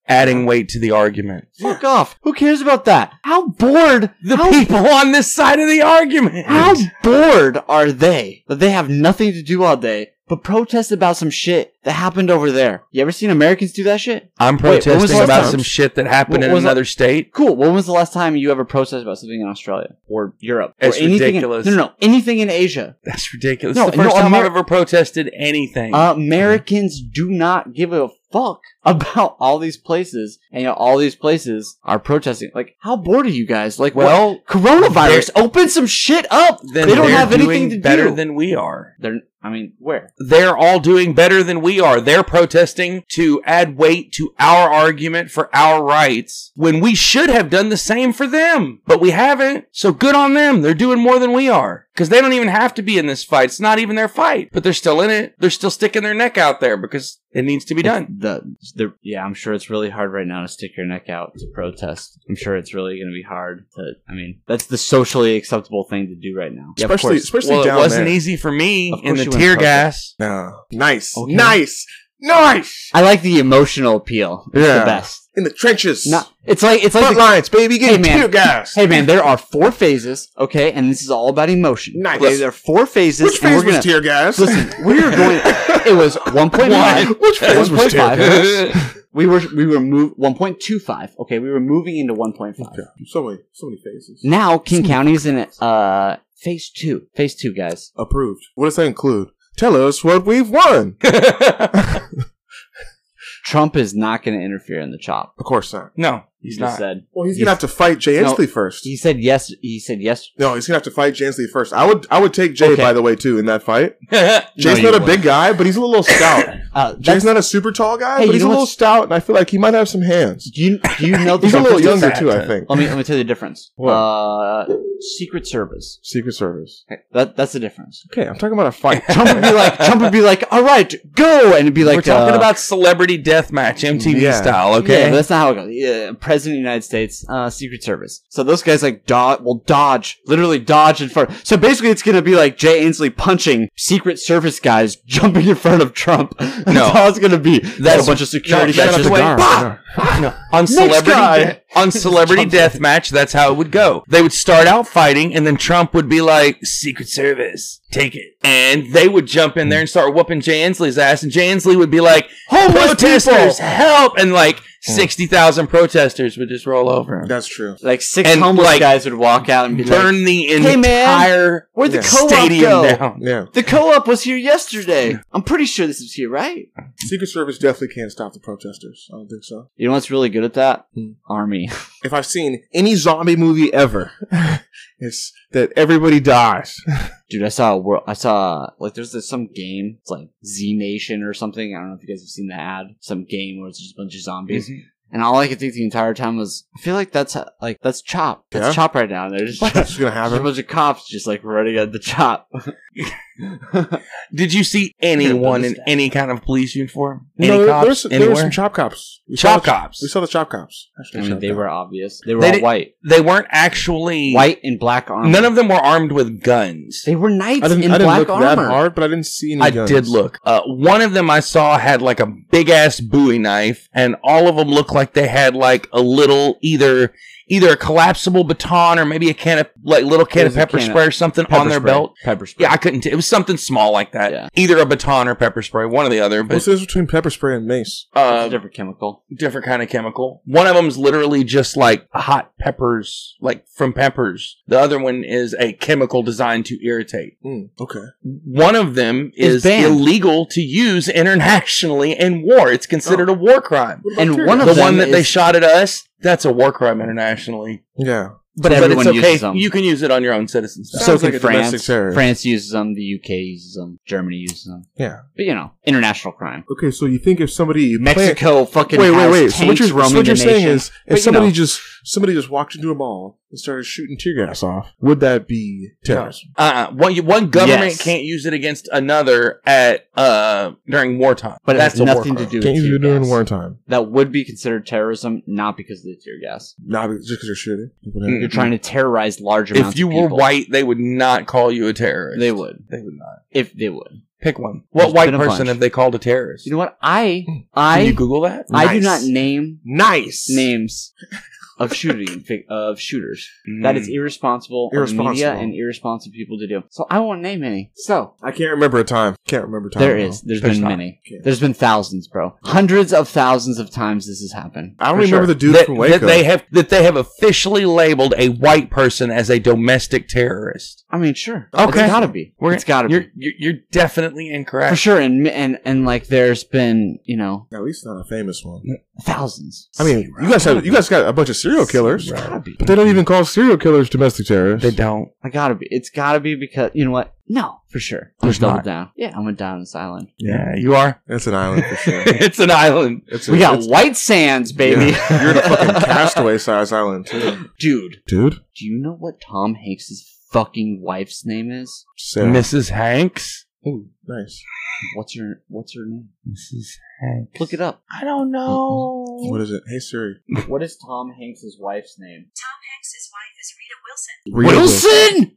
Speaker 1: Adding weight to the argument.
Speaker 4: fuck off. Who cares about that? How bored
Speaker 1: the
Speaker 4: how,
Speaker 1: people on this side of the argument.
Speaker 4: How bored are they that they have nothing to do all day but protest about some shit that happened over there? You ever seen Americans do that shit?
Speaker 1: I'm
Speaker 4: Wait, what was
Speaker 1: protesting
Speaker 4: the
Speaker 1: about
Speaker 4: last
Speaker 1: some
Speaker 4: time?
Speaker 1: shit that happened
Speaker 4: What
Speaker 1: in
Speaker 4: was the-
Speaker 1: another state.
Speaker 4: Cool. When was the last time you ever protested about something in Australia or Europe
Speaker 1: It's
Speaker 4: or anything?
Speaker 1: ridiculous.
Speaker 4: In, no, no, no, anything in Asia.
Speaker 1: That's ridiculous.
Speaker 4: No,
Speaker 1: it's the first
Speaker 4: no, Uh,
Speaker 1: time I've
Speaker 4: Amer-
Speaker 1: ever protested anything.
Speaker 4: Americans do not give a fuck [laughs] about all these places, and you know, all these places are protesting. Like, how bored are you guys? Like, well,
Speaker 1: well,
Speaker 4: coronavirus, open some shit up.
Speaker 1: then
Speaker 4: they don't
Speaker 1: they're
Speaker 4: have anything
Speaker 1: doing
Speaker 4: to
Speaker 1: better
Speaker 4: do.
Speaker 1: than we are.
Speaker 4: They're, I mean, where?
Speaker 1: They're all doing better than we are. They're protesting to add weight to our argument for our rights when we should have done the same for them, but we haven't. So good on them. They're doing more than we are because they don't even have to be in this fight. It's not even their fight, but they're still in it. They're still sticking their neck out there because It needs to be done.
Speaker 4: The, the yeah, I'm sure it's really hard right now to stick your neck out to protest. I'm sure it's really going to be hard to. I mean, that's the socially acceptable thing to do right now. Yeah, of
Speaker 2: especially,
Speaker 4: course.
Speaker 2: especially
Speaker 1: Well, it
Speaker 2: down
Speaker 1: wasn't
Speaker 2: there.
Speaker 1: easy for me
Speaker 4: Of
Speaker 1: in
Speaker 4: course
Speaker 1: the
Speaker 4: you went
Speaker 1: tear [laughs]
Speaker 4: perfect.
Speaker 1: gas.
Speaker 2: Nah. Nice.
Speaker 4: Okay.
Speaker 2: Nice. Nice.
Speaker 4: I like the emotional appeal. It's
Speaker 2: Yeah.
Speaker 4: the best.
Speaker 2: In the trenches.
Speaker 4: Not, it's like it's like
Speaker 2: Front
Speaker 4: the
Speaker 2: lines, baby. Get
Speaker 4: Hey,
Speaker 2: hey,
Speaker 4: man.
Speaker 2: tear gas.
Speaker 4: Hey man, there are four phases, okay, and this is all about emotion.
Speaker 2: Nice.
Speaker 4: Okay, there are four phases.
Speaker 2: Which
Speaker 4: and
Speaker 2: phase
Speaker 4: we're
Speaker 2: was
Speaker 4: gonna,
Speaker 2: tear gas?
Speaker 4: [laughs] Listen, we were
Speaker 2: [laughs]
Speaker 4: going. It was one point five.
Speaker 2: Which phase was tear
Speaker 4: 1.5.
Speaker 2: gas?
Speaker 4: We were we were move one point two five. Okay, we were moving into one point five.
Speaker 2: So many, so many phases.
Speaker 4: Now King County's in uh phase two. Phase two, guys.
Speaker 2: Approved. What does that include? Tell us what we've won.
Speaker 4: Trump is not going to interfere in the chop.
Speaker 2: Of course not.
Speaker 1: [laughs] no, he's
Speaker 4: he just
Speaker 1: not.
Speaker 4: said.
Speaker 2: Well, he's
Speaker 4: Yes.
Speaker 2: gonna have to fight Jay
Speaker 4: No.
Speaker 2: Inslee first.
Speaker 4: He said yes. He said yes.
Speaker 2: No, he's gonna have to fight Jay Inslee first. I would, I would take Jay
Speaker 4: Okay.
Speaker 2: by the way too in that fight.
Speaker 1: [laughs] That's
Speaker 2: Jay's
Speaker 4: you
Speaker 2: not a
Speaker 4: wouldn't.
Speaker 2: big guy, but he's a little stout.
Speaker 4: [coughs] Uh,
Speaker 2: Jay's
Speaker 4: that's,
Speaker 2: not a super tall guy,
Speaker 4: Hey,
Speaker 2: but
Speaker 4: you
Speaker 2: he's a
Speaker 4: know
Speaker 2: little
Speaker 4: what's-
Speaker 2: stout, and I feel like he might have some hands.
Speaker 4: do you do you know the
Speaker 2: He's a little
Speaker 4: difference?
Speaker 2: younger
Speaker 1: fat,
Speaker 2: too, I
Speaker 1: huh?
Speaker 2: think.
Speaker 4: Let me let me tell you the difference.
Speaker 2: What?
Speaker 4: Uh, Secret Service.
Speaker 2: Secret Service.
Speaker 4: Okay, that that's the difference.
Speaker 2: Okay, I'm talking about a fight. [laughs]
Speaker 4: Trump would be like, Trump would be like, all right, go, and it'd be like,
Speaker 1: We're talking
Speaker 4: uh,
Speaker 1: about celebrity death match, MTV
Speaker 2: Yeah.
Speaker 1: style.
Speaker 4: Yeah,
Speaker 1: Okay,
Speaker 4: but that's not how it goes. Yeah, President of the United States, uh, Secret Service. So those guys like dodge, will dodge, literally dodge in front. So basically, it's gonna be like Jay Inslee punching Secret Service guys [laughs] jumping in front of Trump. [laughs] That's
Speaker 1: No.
Speaker 4: how it's gonna be. That's a bunch of security
Speaker 1: no,
Speaker 4: guys
Speaker 1: that's
Speaker 4: just
Speaker 1: way-
Speaker 4: guard.
Speaker 2: Bah!
Speaker 1: on celebrity
Speaker 4: guy.
Speaker 1: de- on
Speaker 4: [laughs]
Speaker 1: celebrity death match, that's how it would go. They would start out fighting, and then Trump would be like, "Secret Service, take it," and they would jump in there and start whooping Jay Inslee's ass, and Jay Inslee would be like,
Speaker 4: Homeless
Speaker 1: "Protesters,
Speaker 4: people,
Speaker 1: help!" and like
Speaker 4: Hmm.
Speaker 1: sixty thousand protesters would just roll over. him.
Speaker 2: That's true.
Speaker 4: like six
Speaker 1: And,
Speaker 4: homeless
Speaker 1: like,
Speaker 4: guys would walk out and be like,
Speaker 1: Burn the
Speaker 4: "Hey, man,
Speaker 1: entire
Speaker 4: "Where'd the
Speaker 2: Yeah.
Speaker 4: co-op
Speaker 1: stadium
Speaker 4: go?
Speaker 1: down.
Speaker 2: Yeah,
Speaker 4: The co-op was here yesterday. I'm pretty sure this is here, right?
Speaker 2: Secret Service definitely can't stop the protesters. I don't think so.
Speaker 4: You know what's really good at that?
Speaker 2: Hmm.
Speaker 4: Army.
Speaker 2: If I've seen any zombie movie [laughs] ever, it's that everybody [laughs] dies.
Speaker 4: Dude, I saw a world. I saw like there's this, some game. It's like Z Nation or something. I don't know if you guys have seen the ad. Some game where it's just a bunch of zombies.
Speaker 2: Mm-hmm.
Speaker 4: And all I could think the entire time was, I feel like that's ho- like that's Chop. That's
Speaker 2: Yeah?
Speaker 4: Chop right now. They're [laughs] just
Speaker 2: What's gonna
Speaker 4: there's a
Speaker 2: happen?
Speaker 4: bunch of cops just like running at
Speaker 2: [laughs]
Speaker 4: the Chop.
Speaker 1: Did you see anyone in any kind of police uniform? Any
Speaker 2: no, there,
Speaker 1: cops
Speaker 2: there's, there were
Speaker 1: anywhere?
Speaker 2: some chop cops. We saw
Speaker 1: Chop
Speaker 2: the-
Speaker 1: cops.
Speaker 2: We saw the chop cops.
Speaker 4: I
Speaker 2: Hashtag
Speaker 4: mean,
Speaker 2: chop
Speaker 4: they
Speaker 2: cop.
Speaker 4: were obvious. They were
Speaker 1: They
Speaker 4: all
Speaker 1: did-
Speaker 4: white,
Speaker 1: they weren't actually
Speaker 2: e-
Speaker 4: white and black armor.
Speaker 1: None of them were armed with guns.
Speaker 4: They were knights
Speaker 2: I didn't,
Speaker 4: in
Speaker 2: I didn't
Speaker 4: black
Speaker 2: look that
Speaker 4: armor.
Speaker 2: hard, but I didn't see any.
Speaker 1: I
Speaker 2: guns.
Speaker 1: did look. Uh, one of them I saw had like a big ass Bowie knife, and all of them looked like they had like a little either either a collapsible baton or maybe a can of like little
Speaker 4: It
Speaker 1: can of
Speaker 4: was a
Speaker 1: pepper
Speaker 4: can of
Speaker 1: spray or something
Speaker 4: Pepper
Speaker 1: on their
Speaker 4: spray.
Speaker 1: belt.
Speaker 4: Pepper spray.
Speaker 1: Yeah, I couldn't. T- it was something small like that.
Speaker 4: Yeah.
Speaker 1: Either a baton or pepper spray, one or the other.
Speaker 2: What's
Speaker 1: But
Speaker 2: the difference between pepper spray and mace?
Speaker 4: It's a
Speaker 1: uh,
Speaker 4: different chemical.
Speaker 1: different kind of chemical. One of them's literally just like hot peppers, like from peppers. The other one is a chemical designed to irritate.
Speaker 2: Mm, okay.
Speaker 1: One of them
Speaker 4: Is
Speaker 1: is
Speaker 4: banned.
Speaker 1: illegal to use internationally in war. It's considered a war crime.
Speaker 2: What about
Speaker 4: And
Speaker 2: tear
Speaker 4: one
Speaker 2: gas?
Speaker 4: of
Speaker 1: The
Speaker 4: them
Speaker 1: one that they
Speaker 4: is-
Speaker 1: shot at us, that's a war crime internationally.
Speaker 2: yeah.
Speaker 4: But, everyone uses them.
Speaker 1: You can use it on your own citizens.
Speaker 2: Sounds
Speaker 4: so can
Speaker 2: like a domestic
Speaker 4: France.
Speaker 2: terrorist.
Speaker 4: France uses them. The UK uses them. Germany uses them.
Speaker 2: Yeah.
Speaker 4: But you know, international crime.
Speaker 2: Okay, so you think if somebody plant-
Speaker 4: Mexico fucking
Speaker 2: wait, wait,
Speaker 4: has
Speaker 2: wait.
Speaker 4: tanks
Speaker 2: So what you're, so
Speaker 4: roaming
Speaker 2: what you're
Speaker 4: the
Speaker 2: saying
Speaker 4: nation.
Speaker 2: is,
Speaker 4: But,
Speaker 2: if
Speaker 4: you
Speaker 2: somebody
Speaker 4: know.
Speaker 2: just somebody just walked into a mall and started shooting tear gas off, would that be terrorism?
Speaker 1: Uh, one, one government
Speaker 4: Yes.
Speaker 1: can't use it against another at uh, during wartime.
Speaker 4: but it
Speaker 1: that's
Speaker 4: has
Speaker 1: a war
Speaker 4: nothing to
Speaker 1: crime.
Speaker 4: do with
Speaker 2: Can't you do
Speaker 4: tear
Speaker 2: it during
Speaker 4: gas.
Speaker 2: wartime?
Speaker 4: That would be considered terrorism, not because of the tear gas.
Speaker 2: Not just because you're shooting.
Speaker 1: Mm.
Speaker 2: Mm-hmm.
Speaker 4: You're trying to terrorize large amounts.
Speaker 1: If you
Speaker 4: of
Speaker 1: were
Speaker 4: people.
Speaker 1: white, they would not call you a terrorist.
Speaker 4: they would.
Speaker 1: They would not.
Speaker 4: If they would.
Speaker 1: Pick one.
Speaker 4: There's
Speaker 1: What white
Speaker 4: been a
Speaker 1: person
Speaker 4: bunch.
Speaker 1: have they called a terrorist?
Speaker 4: You know what?
Speaker 2: Mm.
Speaker 4: I,
Speaker 1: Can you
Speaker 4: I,
Speaker 1: Google that?
Speaker 4: I do not
Speaker 2: Nice.
Speaker 4: name
Speaker 2: Nice
Speaker 4: names
Speaker 2: [laughs]
Speaker 4: of shooting fi- of shooters. That is irresponsible, irresponsible. media
Speaker 2: Mm. Irresponsible.
Speaker 4: and irresponsible people to do. So I won't name any. So
Speaker 2: I can't remember a time. Can't remember a time.
Speaker 4: There
Speaker 2: at
Speaker 4: is.
Speaker 2: all.
Speaker 4: There's
Speaker 1: There's
Speaker 4: been
Speaker 1: not.
Speaker 4: many.
Speaker 2: Okay.
Speaker 4: There's been thousands, bro. Hundreds of thousands of times this has happened.
Speaker 2: I don't
Speaker 4: For
Speaker 2: remember
Speaker 4: sure.
Speaker 2: the dude
Speaker 1: that,
Speaker 2: from
Speaker 1: that
Speaker 2: Waco.
Speaker 1: they have that they have officially labeled a white person as a domestic terrorist.
Speaker 4: I mean, sure.
Speaker 1: Okay.
Speaker 4: It's gotta be.
Speaker 1: We're-
Speaker 4: it's gotta
Speaker 1: You're
Speaker 4: be.
Speaker 1: you're, you're definitely incorrect.
Speaker 4: For sure. And, and, and like, there's been, you know,
Speaker 2: At least not a famous one.
Speaker 4: thousands.
Speaker 2: I mean, you guys have you guys got a bunch of serial killers,
Speaker 4: It's gotta be.
Speaker 2: but they don't even call serial killers domestic terrorists.
Speaker 1: They don't.
Speaker 4: I gotta be. It's gotta be because, you know what? No, for sure. I'm
Speaker 1: There's
Speaker 4: gonna
Speaker 1: not.
Speaker 4: double down. Yeah, I'm going down this island.
Speaker 1: Yeah, you are.
Speaker 2: It's an island for
Speaker 4: [laughs]
Speaker 2: sure.
Speaker 1: [laughs] it's an island.
Speaker 2: It's a-
Speaker 4: We got
Speaker 2: it's-
Speaker 4: White Sands, baby.
Speaker 1: [laughs]
Speaker 2: Yeah. You're in a fucking castaway size island too,
Speaker 4: [laughs] Dude,
Speaker 2: dude.
Speaker 4: do you know what Tom Hanks's fucking wife's name is?
Speaker 2: Sarah.
Speaker 1: Mrs. Hanks.
Speaker 2: Ooh, nice.
Speaker 4: What's your What's her name?
Speaker 1: Mrs. Hanks.
Speaker 4: Look it up.
Speaker 1: I don't [laughs] know.
Speaker 3: Oh.
Speaker 2: What is it? Hey Siri.
Speaker 4: What is Tom Hanks's wife's name?
Speaker 3: Tom Hanks' wife is Rita Wilson.
Speaker 2: Read it.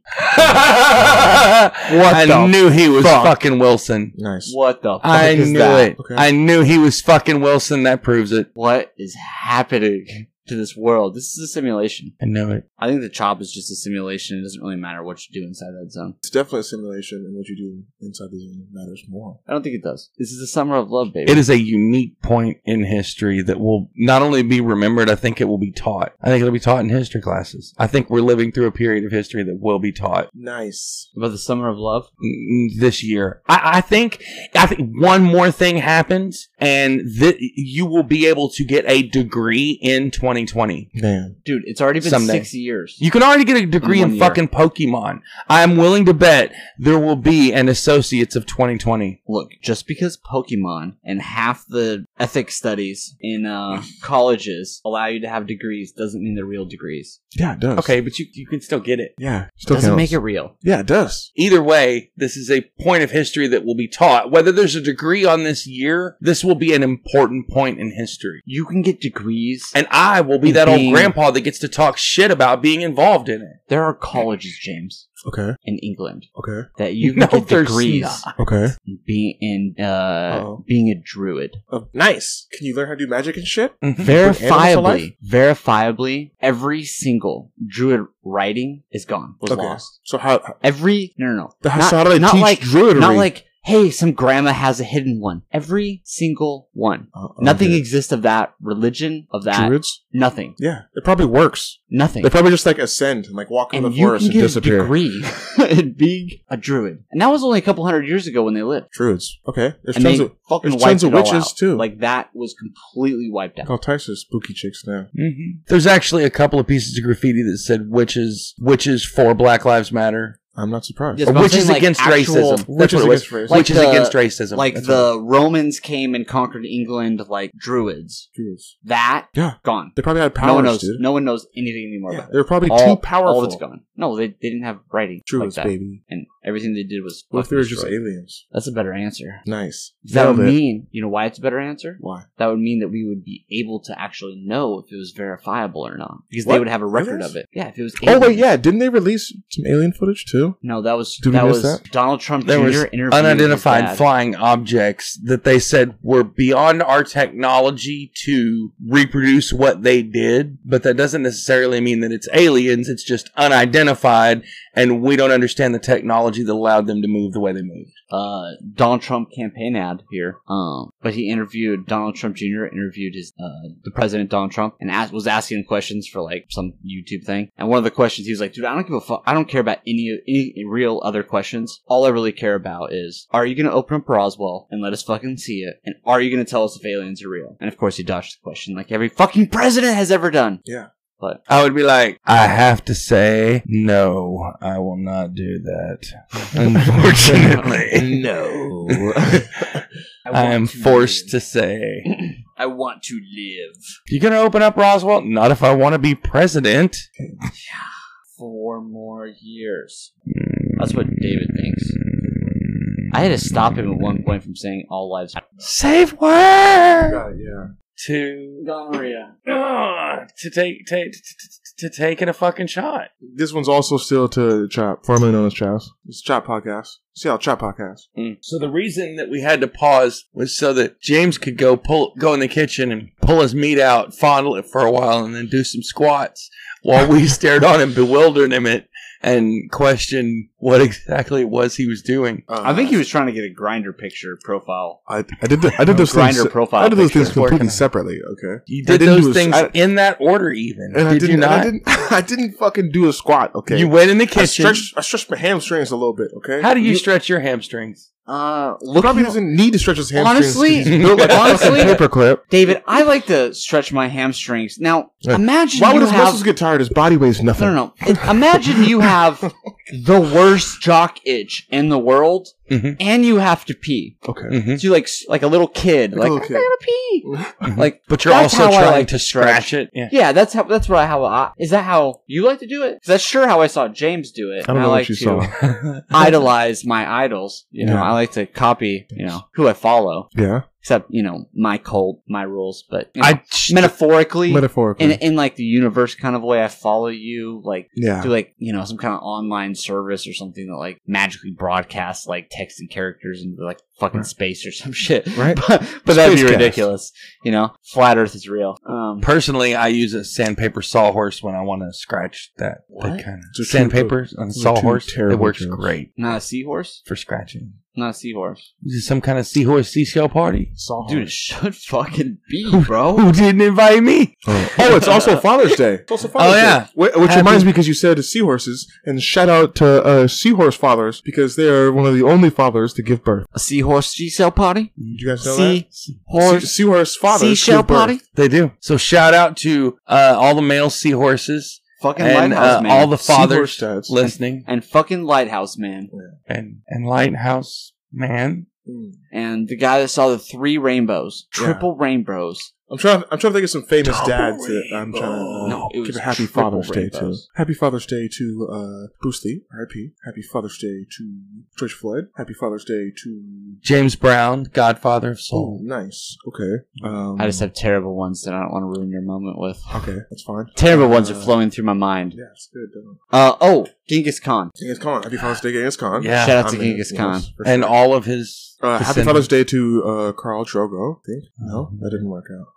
Speaker 1: I
Speaker 2: the
Speaker 1: knew he was
Speaker 2: fuck?
Speaker 1: fucking Wilson.
Speaker 2: Nice.
Speaker 4: What the? Fuck
Speaker 1: I
Speaker 4: is
Speaker 1: knew
Speaker 4: that?
Speaker 1: it.
Speaker 2: Okay.
Speaker 1: I knew he was fucking Wilson. That proves it.
Speaker 4: What is happening to this world? This is a simulation.
Speaker 1: I knew it.
Speaker 4: I think the chop is just a simulation. It doesn't really matter what you do inside that zone.
Speaker 2: It's definitely a simulation, and what you do inside the zone matters more.
Speaker 4: I don't think it does. This is the summer of love, baby.
Speaker 1: It is a unique point in history that will not only be remembered, I think it will be taught. I think it'll be taught in history classes. I think we're living through a period of history that will be taught
Speaker 2: Nice.
Speaker 4: about the summer of love.
Speaker 1: mm, this year. I, I think I think one more thing happens and th- you will be able to get a degree in 2020.
Speaker 2: Man.
Speaker 4: Dude, it's already been
Speaker 1: Someday.
Speaker 4: six years.
Speaker 1: You can already get a degree
Speaker 4: In
Speaker 1: in,
Speaker 4: one year.
Speaker 1: fucking Pokemon. I am willing to bet there will be an associates of 2020.
Speaker 4: Look, just because Pokemon and half the ethics studies in uh, colleges allow you to have degrees doesn't mean they're real degrees.
Speaker 2: Yeah, it does.
Speaker 1: Okay, but you, you can still get it.
Speaker 2: Yeah. Still
Speaker 4: doesn't
Speaker 2: counts.
Speaker 4: make it real.
Speaker 2: Yeah, it does.
Speaker 1: Either way, this is a point of history that will be taught. Whether there's a degree on this year, this will be an important point in history.
Speaker 4: You can get degrees. And
Speaker 1: And I will be that old
Speaker 4: Being-
Speaker 1: grandpa that gets to talk shit about being involved in it.
Speaker 4: there are colleges, James,
Speaker 2: Okay.
Speaker 4: in England
Speaker 2: Okay.
Speaker 4: that you
Speaker 1: [laughs]
Speaker 4: can
Speaker 1: No,
Speaker 4: get
Speaker 1: there's
Speaker 4: degrees
Speaker 1: not.
Speaker 2: Okay.
Speaker 4: in being in uh,
Speaker 2: Uh-oh.
Speaker 4: being a druid.
Speaker 2: Uh, nice. Can you learn how to do magic and shit? animals to life?
Speaker 4: verifiably, verifiably, every single druid writing is gone. Was lost.
Speaker 2: So how?
Speaker 4: Every no, no, no.
Speaker 2: The
Speaker 4: Not-
Speaker 2: Hasada
Speaker 4: not
Speaker 2: teach
Speaker 4: like-
Speaker 2: druidry.
Speaker 4: Not like, hey, some grandma has a hidden one. Every single one.
Speaker 2: Uh, uh,
Speaker 4: Nothing
Speaker 2: okay.
Speaker 4: exists of that religion, of that.
Speaker 2: Druids.
Speaker 4: Nothing.
Speaker 2: Yeah, it probably works.
Speaker 4: Nothing.
Speaker 2: They probably just like ascend and like walk in the
Speaker 4: And you
Speaker 2: forest
Speaker 4: can
Speaker 2: and
Speaker 4: get a
Speaker 2: disappear.
Speaker 4: degree [laughs] in being a druid. And that was only a couple hundred years ago when they lived.
Speaker 2: Druids. Okay. There's
Speaker 4: and
Speaker 2: tons
Speaker 4: they
Speaker 2: of
Speaker 4: fucking
Speaker 2: there's
Speaker 4: wiped
Speaker 2: tons of
Speaker 4: it all
Speaker 2: witches
Speaker 4: out.
Speaker 2: too.
Speaker 4: Like that was completely wiped out.
Speaker 2: all types of spooky chicks now.
Speaker 1: Mm-hmm. There's actually a couple of pieces of graffiti that said witches, witches for Black Lives Matter,
Speaker 2: I'm not surprised.
Speaker 4: Yes,
Speaker 1: or
Speaker 4: but I'm
Speaker 1: witches
Speaker 4: saying, like,
Speaker 1: against
Speaker 4: actual-
Speaker 1: racism. That's what
Speaker 2: Witches
Speaker 1: it was.
Speaker 2: against racism.
Speaker 4: Like
Speaker 1: witches
Speaker 4: the-
Speaker 1: against racism.
Speaker 4: Like
Speaker 1: That's
Speaker 4: the Romans came and conquered England, like druids.
Speaker 2: Druids.
Speaker 4: That
Speaker 2: Yeah.
Speaker 4: gone.
Speaker 2: They probably had powers,
Speaker 4: no one knows.
Speaker 2: dude.
Speaker 4: No one knows anything anymore
Speaker 2: yeah,
Speaker 4: about it.
Speaker 2: they were probably too
Speaker 4: all,
Speaker 2: powerful.
Speaker 4: All of it's gone. No, they, they didn't have writing.
Speaker 2: Druids,
Speaker 4: like that.
Speaker 2: baby.
Speaker 4: and everything they did was
Speaker 2: What if
Speaker 4: fucking
Speaker 2: they were just
Speaker 4: destroyed.
Speaker 2: aliens?
Speaker 4: That's a better answer.
Speaker 2: Nice.
Speaker 4: That would
Speaker 2: Nailed it.
Speaker 4: mean, you know, why it's a better answer?
Speaker 2: Why?
Speaker 4: That would mean that we would be able to actually know if it was verifiable or not, because
Speaker 2: What?
Speaker 4: they would have a record
Speaker 2: Aliens?
Speaker 4: of it. Yeah, if it was.
Speaker 2: Oh wait,
Speaker 4: aliens.
Speaker 2: yeah. Didn't they release some alien footage
Speaker 4: [laughs]
Speaker 2: too?
Speaker 4: No, that was
Speaker 2: Did we
Speaker 4: that
Speaker 2: miss
Speaker 4: was
Speaker 2: that?
Speaker 4: Donald Trump
Speaker 1: There
Speaker 4: Jr.
Speaker 1: was
Speaker 4: interviewing
Speaker 1: unidentified
Speaker 4: his dad.
Speaker 1: flying objects that they said were beyond our technology to reproduce what they did, but that doesn't necessarily mean that it's aliens. It's just unidentified, and we don't understand the technology that allowed them to move the way they moved.
Speaker 4: uh, Donald Trump campaign ad here. Um, but he interviewed Donald Trump Jr. interviewed his uh, the president Donald Trump and asked, was asking him questions for like some YouTube thing. And one of the questions he was like, "Dude, I don't give a fuck. I don't care about any any real other questions. All I really care about is, are you gonna open up Roswell and let us fucking see it? And are you gonna tell us if aliens are real?" And of course, he dodged the question like every fucking president has ever done.
Speaker 2: Yeah.
Speaker 4: But
Speaker 1: I would be like, I have to say, no, I will not do [laughs] that. Unfortunately,
Speaker 4: no,
Speaker 2: [laughs]
Speaker 1: I am forced to say.
Speaker 4: [clears throat] I want to live.
Speaker 1: You gonna open up Roswell? Not if I want to be president.
Speaker 4: four more years. That's what David thinks. I had to stop him at one point from saying all lives matter.
Speaker 1: Save word
Speaker 2: God, yeah.
Speaker 1: to
Speaker 4: Gonorrhea.
Speaker 1: Ugh, to take take to, to, to taking a fucking shot.
Speaker 2: This one's also still to Chop, formerly known as Chops. It's Chop Podcast. See how Chop Podcast.
Speaker 1: So the reason that we had to pause was so that James could go pull go in the kitchen and pull his meat out, fondle it for a while, and then do some squats while we [laughs] stared on him, bewildered him at and questioned what exactly it was he was doing.
Speaker 2: Uh,
Speaker 4: I think he was trying to get a grinder picture profile.
Speaker 2: I, I did. The, I did those things.
Speaker 4: grinder profile.
Speaker 2: I did those
Speaker 4: picture.
Speaker 2: things completely
Speaker 1: Working.
Speaker 2: separately. Okay.
Speaker 1: You
Speaker 2: I
Speaker 1: did
Speaker 2: didn't do
Speaker 1: those
Speaker 2: a-
Speaker 1: things
Speaker 2: I-
Speaker 1: in that order, even.
Speaker 2: And I
Speaker 1: did
Speaker 2: didn't.
Speaker 1: you
Speaker 2: and
Speaker 1: not?
Speaker 2: I didn't. [laughs] I didn't fucking do a squat. Okay.
Speaker 1: You went in the
Speaker 2: I
Speaker 1: kitchen.
Speaker 2: stretched, I stretched my hamstrings a little bit. Okay.
Speaker 1: How do you,
Speaker 4: You-
Speaker 1: stretch your hamstrings?
Speaker 4: Uh,
Speaker 2: He
Speaker 4: look
Speaker 2: probably doesn't need to stretch his hamstrings.
Speaker 4: Honestly-
Speaker 2: he's
Speaker 4: [laughs]
Speaker 1: [laughs]
Speaker 2: built like
Speaker 4: honestly-
Speaker 2: a fucking paperclip.
Speaker 4: David, I like to stretch my hamstrings. Now,
Speaker 2: Yeah.
Speaker 4: imagine
Speaker 2: Why
Speaker 4: you
Speaker 2: would his
Speaker 4: have...
Speaker 2: muscles get tired? His body weighs
Speaker 4: [laughs]
Speaker 2: nothing. [laughs]
Speaker 4: No, no, no. Imagine you have the worst jock itch in the world,
Speaker 2: Mm-hmm.
Speaker 1: Mhm.
Speaker 4: and you have to pee.
Speaker 2: Okay.
Speaker 1: Mhm.
Speaker 4: So you like s- like a little kid,
Speaker 2: Like
Speaker 4: like,
Speaker 2: a
Speaker 4: I
Speaker 2: little
Speaker 4: gotta pee. Like,
Speaker 1: But you're
Speaker 4: That's
Speaker 1: also
Speaker 4: how I
Speaker 1: trying
Speaker 4: like
Speaker 1: to
Speaker 4: to
Speaker 1: scratch it. Yeah.
Speaker 4: [laughs] yeah, that's how that's what I how I is that how you like to do it? 'Cause that's sure how I saw James do it.
Speaker 2: I don't
Speaker 4: and
Speaker 2: know what
Speaker 4: like
Speaker 2: you
Speaker 4: to [laughs]
Speaker 2: saw.
Speaker 4: idolize my idols. You know,
Speaker 2: Yeah.
Speaker 4: I like to copy. You know who I follow,
Speaker 2: Yeah.
Speaker 4: except you know my cult, my rules, but you know,
Speaker 1: I
Speaker 4: metaphorically.
Speaker 2: Metaphorically.
Speaker 4: in, in like the universe kind of way, I follow you like
Speaker 2: yeah.
Speaker 4: to like you know some kind of online service or something that like magically broadcasts like text and characters into like fucking
Speaker 2: Right.
Speaker 4: space or some [laughs] shit.
Speaker 2: Right.
Speaker 4: But, but that'd be
Speaker 2: Spacecast.
Speaker 4: ridiculous. You know, flat Earth is real. Um,
Speaker 1: personally I use a sandpaper sawhorse when I want to scratch that.
Speaker 4: What?
Speaker 1: That kind
Speaker 2: Those are
Speaker 1: of
Speaker 2: two-
Speaker 1: sandpaper on
Speaker 2: those are two
Speaker 1: sawhorse. It
Speaker 2: terrible
Speaker 1: works
Speaker 2: jokes.
Speaker 1: great
Speaker 4: not a seahorse.
Speaker 1: for scratching.
Speaker 4: Not a seahorse.
Speaker 1: Is this some kind of seahorse seashell party?
Speaker 4: Dude, it should fucking be,
Speaker 1: [laughs]
Speaker 4: bro.
Speaker 1: Who didn't invite me?
Speaker 2: Oh. Oh, it's also Father's Day. It's also Father's
Speaker 1: Oh, yeah.
Speaker 2: Day. Wh- Which
Speaker 1: Happy-
Speaker 2: reminds me, because you said seahorses, and shout out to uh, seahorse fathers because they are one of the only fathers to give birth.
Speaker 4: a seahorse G cell party.
Speaker 2: Did you guys know that?
Speaker 4: Sea horse.
Speaker 2: Se- seahorse fathers
Speaker 4: Seashell
Speaker 2: give birth.
Speaker 4: party.
Speaker 1: They do. So shout out to uh, all the male seahorses
Speaker 4: Fucking
Speaker 1: and
Speaker 4: lighthouse
Speaker 1: uh,
Speaker 4: man.
Speaker 1: all the
Speaker 2: Seahorse
Speaker 1: fathers
Speaker 2: dads.
Speaker 1: listening
Speaker 4: and fucking lighthouse man.
Speaker 1: and and lighthouse man.
Speaker 2: Mm.
Speaker 4: And the guy that saw the three rainbows,
Speaker 2: Yeah.
Speaker 4: triple rainbows.
Speaker 2: I'm trying. I'm trying to think of some famous
Speaker 1: Double
Speaker 2: dads that I'm trying to uh,
Speaker 4: No, it was
Speaker 2: give a happy
Speaker 4: triple
Speaker 2: Father's Day to.
Speaker 4: rainbows.
Speaker 2: Happy Father's Day to uh, Bruce Lee, R.I.P. Happy Father's Day to George Floyd. Happy Father's Day to.
Speaker 1: James Brown, Godfather of
Speaker 2: Oh,
Speaker 1: Soul.
Speaker 2: nice. Okay. Um,
Speaker 4: I just have terrible ones that I don't want to ruin your moment with.
Speaker 2: Okay, that's fine.
Speaker 4: Terrible ones are
Speaker 2: Uh,
Speaker 4: flowing through my mind.
Speaker 2: Yeah, it's good. Though.
Speaker 4: Uh oh, Genghis Khan.
Speaker 2: Genghis Khan. Happy Father's Day, Genghis Khan.
Speaker 1: Yeah.
Speaker 4: Shout out to
Speaker 2: I'm in,
Speaker 4: Genghis
Speaker 2: yes,
Speaker 4: Khan.
Speaker 2: for
Speaker 1: And
Speaker 2: sure.
Speaker 1: all of his
Speaker 2: Uh, happy
Speaker 1: descendants.
Speaker 2: Father's Day to uh, Carl Drogo. I think no, that didn't work out.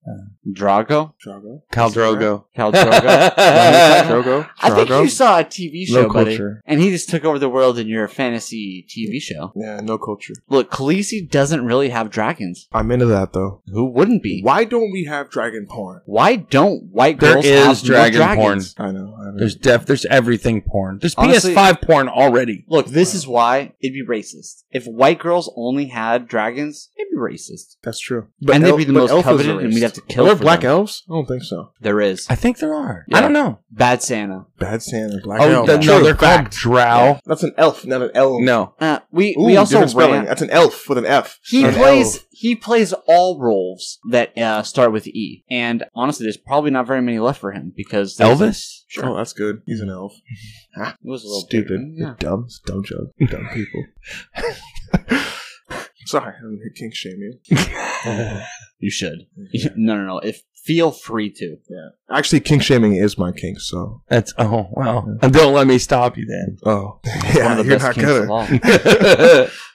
Speaker 4: Drago?
Speaker 2: Drogo.
Speaker 1: Khal Drogo.
Speaker 4: Khal Drogo?
Speaker 1: [laughs]
Speaker 2: Drogo.
Speaker 4: I think
Speaker 2: Drogo?
Speaker 4: you saw a TV show,
Speaker 2: Low
Speaker 4: buddy.
Speaker 2: culture.
Speaker 4: And he just took over the world in your fantasy TV show.
Speaker 2: Yeah, no culture.
Speaker 4: Look, Khaleesi doesn't really have dragons.
Speaker 2: I'm into that though.
Speaker 4: Who wouldn't be?
Speaker 2: Why don't we have dragon porn?
Speaker 4: Why don't white
Speaker 1: There
Speaker 4: girls
Speaker 1: is
Speaker 4: have
Speaker 1: dragon
Speaker 4: more dragons?
Speaker 2: I know. I mean,
Speaker 1: There's def. There's everything porn. There's
Speaker 4: Honestly-
Speaker 1: PS5 porn already.
Speaker 4: Look, this is why it'd be racist. If white girls only had dragons, it'd be racist.
Speaker 2: that's true.
Speaker 4: and
Speaker 2: el-
Speaker 4: they'd be the
Speaker 2: but
Speaker 4: most
Speaker 2: elf is
Speaker 4: coveted,
Speaker 2: erased.
Speaker 4: and we'd have to
Speaker 2: Are
Speaker 4: kill
Speaker 2: there
Speaker 4: for
Speaker 2: black
Speaker 4: them.
Speaker 2: elves? I don't think so.
Speaker 4: There is
Speaker 1: I think there are.
Speaker 4: Yeah.
Speaker 1: I don't know.
Speaker 4: bad Santa.
Speaker 2: Bad Santa, black
Speaker 1: Oh
Speaker 2: elf.
Speaker 1: the, no,
Speaker 2: True.
Speaker 1: they're called drow.
Speaker 2: That's an elf, not an elf.
Speaker 1: No,
Speaker 4: Uh, we
Speaker 2: Ooh,
Speaker 4: we also
Speaker 2: different spelling.
Speaker 4: ran.
Speaker 2: That's an elf with an F.
Speaker 4: He
Speaker 2: Not an
Speaker 4: plays
Speaker 2: elf.
Speaker 4: he plays all roles that uh, start with E, and honestly, there's probably not very many left for him because
Speaker 1: [laughs]
Speaker 4: there's-
Speaker 1: Elvis.
Speaker 4: Sure,
Speaker 2: Oh, that's good. He's an elf.
Speaker 4: it was a little
Speaker 2: Stupid.
Speaker 4: bigger. Yeah.
Speaker 2: Dumb. Dumb joke. Dumb people. [laughs] Sorry, I'm here kink shaming.
Speaker 4: You should. [laughs] no, no, no. If feel free to.
Speaker 2: [laughs] Actually, kink shaming is my kink. So,
Speaker 1: That's oh well. [laughs] Don't let me stop you [laughs] then.
Speaker 2: oh,
Speaker 4: One
Speaker 2: [laughs] yeah,
Speaker 4: of the
Speaker 2: you're
Speaker 4: best
Speaker 2: not
Speaker 4: kinks
Speaker 2: gonna.
Speaker 4: of all.
Speaker 2: [laughs]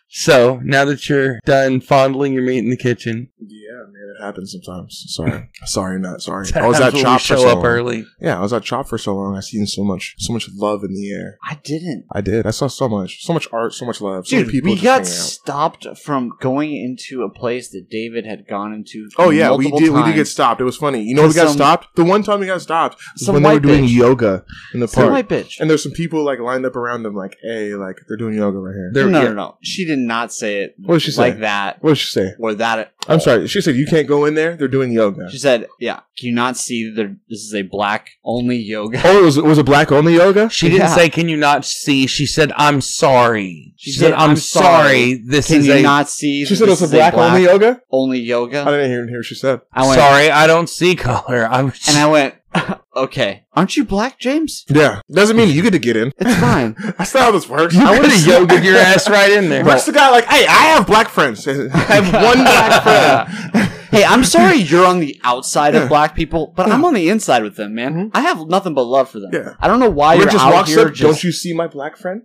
Speaker 1: so now that you're done fondling your meat in the kitchen,
Speaker 2: Yeah, man, it happens sometimes. [laughs] Sorry, sorry, not sorry. I
Speaker 4: Oh,
Speaker 1: times
Speaker 2: was at
Speaker 1: when we
Speaker 2: chop for
Speaker 1: show
Speaker 2: so
Speaker 1: up
Speaker 2: long.
Speaker 1: early.
Speaker 2: Yeah, I was at chop for so long. I seen so much, so much love in the air.
Speaker 4: I didn't.
Speaker 2: I did. I saw so much, so much art, so much love. so many
Speaker 4: Dude,
Speaker 2: people
Speaker 4: we
Speaker 2: just
Speaker 4: got
Speaker 2: hanging out.
Speaker 4: stopped from going into a place that David had gone into.
Speaker 2: Oh yeah, we
Speaker 4: multiple
Speaker 2: did. We did get
Speaker 4: times.
Speaker 2: stopped. It was funny. You know, we
Speaker 4: To
Speaker 2: got
Speaker 4: some-
Speaker 2: stopped. The one time we got stopped was
Speaker 4: some
Speaker 2: when they were
Speaker 4: white
Speaker 2: doing
Speaker 4: bitch.
Speaker 2: yoga in the
Speaker 4: Some
Speaker 2: park,
Speaker 4: white bitch.
Speaker 2: and there's some people like lined up around them, like, "Hey, like they're doing yoga right here."
Speaker 1: There-
Speaker 4: no,
Speaker 1: yeah.
Speaker 4: no, no. She did not say it
Speaker 2: What did she
Speaker 4: like
Speaker 2: say?
Speaker 4: that
Speaker 2: What did she say?
Speaker 4: or that at
Speaker 2: I'm sorry. She said you can't go in there. They're doing yoga.
Speaker 4: She said, "Yeah, do you not see that there- this is a black
Speaker 2: [laughs]
Speaker 4: only yoga?"
Speaker 2: Oh, it was it was a black only yoga.
Speaker 1: She didn't
Speaker 4: Yeah.
Speaker 1: say, "Can you not see?" She said, "I'm sorry." She,
Speaker 4: She
Speaker 1: said,
Speaker 4: said,
Speaker 1: "I'm,
Speaker 4: "I'm
Speaker 1: sorry. This
Speaker 4: Can
Speaker 1: is
Speaker 4: you
Speaker 1: a
Speaker 4: not see?
Speaker 2: She
Speaker 4: that
Speaker 2: said it
Speaker 4: this
Speaker 2: was a
Speaker 4: is
Speaker 2: black only yoga.
Speaker 4: only
Speaker 2: I
Speaker 4: yoga.
Speaker 2: didn't hear, hear what she said.
Speaker 4: I went,
Speaker 1: sorry. I don't see color. I was
Speaker 4: and
Speaker 1: [laughs]
Speaker 4: I went, [laughs] "Okay, aren't you black, James?
Speaker 2: Yeah, doesn't mean you get to get in. [laughs]
Speaker 4: It's fine."
Speaker 2: That's not how this works.
Speaker 1: I would have yoga
Speaker 2: [laughs]
Speaker 4: [laughs]
Speaker 1: your ass right in there.
Speaker 2: Where's the guy like, hey, I have black friends. [laughs] I have one black friend.
Speaker 4: hey, I'm sorry
Speaker 2: [laughs]
Speaker 4: you're on the outside of black people, but I'm on the inside with them, man. I have nothing but love for them.
Speaker 2: Mm-hmm. Yeah.
Speaker 4: I don't know why
Speaker 2: Or
Speaker 4: you're
Speaker 2: just
Speaker 4: out
Speaker 2: walks
Speaker 4: here.
Speaker 2: up,
Speaker 4: just,
Speaker 2: don't you see my black friend?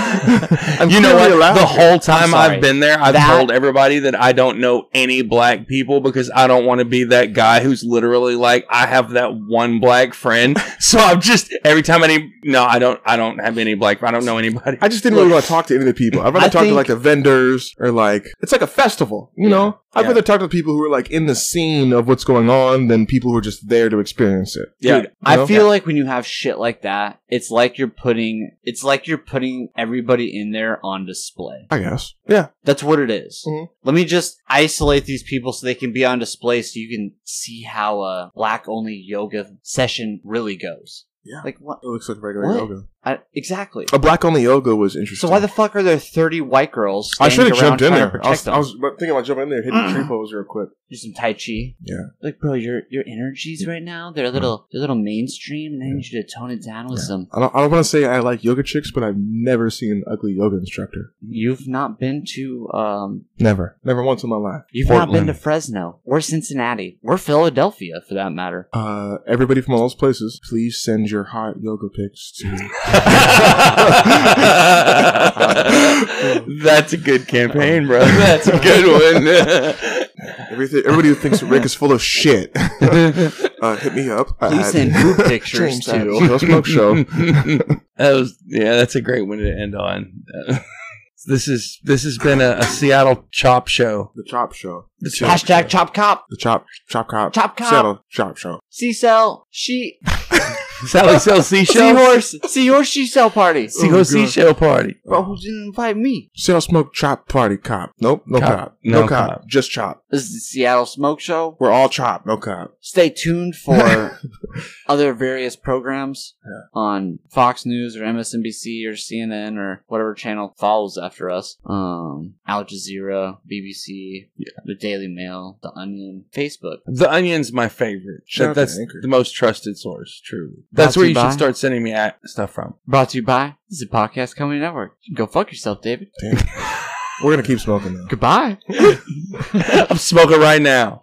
Speaker 1: you know
Speaker 2: clearly
Speaker 1: what?
Speaker 2: allowed
Speaker 1: The
Speaker 2: to.
Speaker 1: whole time
Speaker 4: sorry.
Speaker 1: I've been there, I've
Speaker 4: That-
Speaker 1: told everybody that I don't know any black people because I don't want to be that guy who's literally like, I have that one black friend. So I'm just every time any no, I don't. I don't have any black. I don't know anybody.
Speaker 2: I just didn't really want to talk to any of the people. I'd rather
Speaker 4: [laughs] I
Speaker 2: talk to
Speaker 4: think-
Speaker 2: like the vendors or like it's like a festival, you know. I'd
Speaker 1: Yeah.
Speaker 2: rather talk to the people who are like in the scene of what's going on than people who are just there to experience it.
Speaker 1: Yeah.
Speaker 4: Dude, I
Speaker 2: No?
Speaker 4: feel like when you have shit like that, it's like you're putting it's like you're putting everybody in there on display.
Speaker 2: I guess. Yeah.
Speaker 4: That's what it is.
Speaker 2: Mhm.
Speaker 4: Let me just isolate these people so they can be on display so you can see how a black only yoga session really goes.
Speaker 2: Yeah. Oh,
Speaker 4: Like what?
Speaker 2: It looks like regular
Speaker 4: What?
Speaker 2: yoga.
Speaker 4: I, exactly.
Speaker 2: A black only yoga was interesting.
Speaker 4: So why the fuck are there thirty white girls?
Speaker 2: I should have
Speaker 4: standing around
Speaker 2: jumped in
Speaker 4: trying to
Speaker 2: there. I was,
Speaker 4: protect
Speaker 2: I was about- thinking about jumping in there, hitting the
Speaker 4: [clears throat]
Speaker 2: tree pose real quick.
Speaker 4: do some tai chi.
Speaker 2: Yeah. Uh-huh.
Speaker 4: Like, bro, your your energies right now they're a little they're a little mainstream, and I need you to tone it down with
Speaker 2: Yeah.
Speaker 4: some.
Speaker 2: I don't, I don't want to say I like yoga chicks, but I've never seen an ugly yoga instructor.
Speaker 4: You've not been to um,
Speaker 2: Never, never once in my life.
Speaker 4: you've not been
Speaker 1: Portland.
Speaker 4: to Fresno or Cincinnati or Philadelphia for that matter.
Speaker 2: Uh, everybody from all those places, please send your hot yoga pics to.
Speaker 1: [laughs] That's a good campaign, bro. That's a good
Speaker 2: Everything, everybody who thinks Rick is full of [laughs]
Speaker 1: [laughs]
Speaker 2: shit,
Speaker 1: one.
Speaker 2: uh, hit me up.
Speaker 4: Please
Speaker 2: at- [laughs]
Speaker 4: send boob pictures,
Speaker 2: James at
Speaker 4: too.
Speaker 1: [laughs]
Speaker 2: Joe Smoke Show.
Speaker 1: that was yeah. That's a great one to end on. [laughs] this is this has been a, a Seattle chop show.
Speaker 2: The Chop Show.
Speaker 1: The chop
Speaker 4: Hashtag Chop Cop,
Speaker 2: The Chop Chop Cop.
Speaker 4: Chop Cop,
Speaker 2: Settle Chop Show.
Speaker 4: Sea Cell, She
Speaker 1: [laughs] Sally sells
Speaker 4: [laughs]
Speaker 1: seashells.
Speaker 4: Seahorse, Seahorse She Cell Party.
Speaker 1: Seahorse
Speaker 2: Oh, God.
Speaker 1: seashell party.
Speaker 4: Bro, who didn't invite me?
Speaker 2: Sell smoke chop party cop. Nope, no
Speaker 1: Cop.
Speaker 2: cop.
Speaker 1: No
Speaker 2: No, cop.
Speaker 1: cop.
Speaker 2: Just chop.
Speaker 4: This is the Seattle Smoke Show.
Speaker 2: We're all chop. No cop.
Speaker 4: Stay tuned for other various programs on Fox News or MSNBC or CNN or whatever channel follows after us. Um, Al Jazeera, BBC, the Daily Mail, The Onion, Facebook.
Speaker 1: The Onion's my favorite.
Speaker 2: Shout out to
Speaker 1: that's
Speaker 2: Anchor.
Speaker 1: the most trusted source. True.
Speaker 4: Brought
Speaker 1: That's where
Speaker 4: to
Speaker 1: you
Speaker 4: you by-
Speaker 1: should start sending me at stuff
Speaker 4: [laughs]
Speaker 1: from.
Speaker 4: Brought to you by this is Podcast Comedy Network. You can go fuck yourself, David.
Speaker 2: We're gonna keep smoking though.
Speaker 4: Goodbye.
Speaker 1: I'm smoking right now.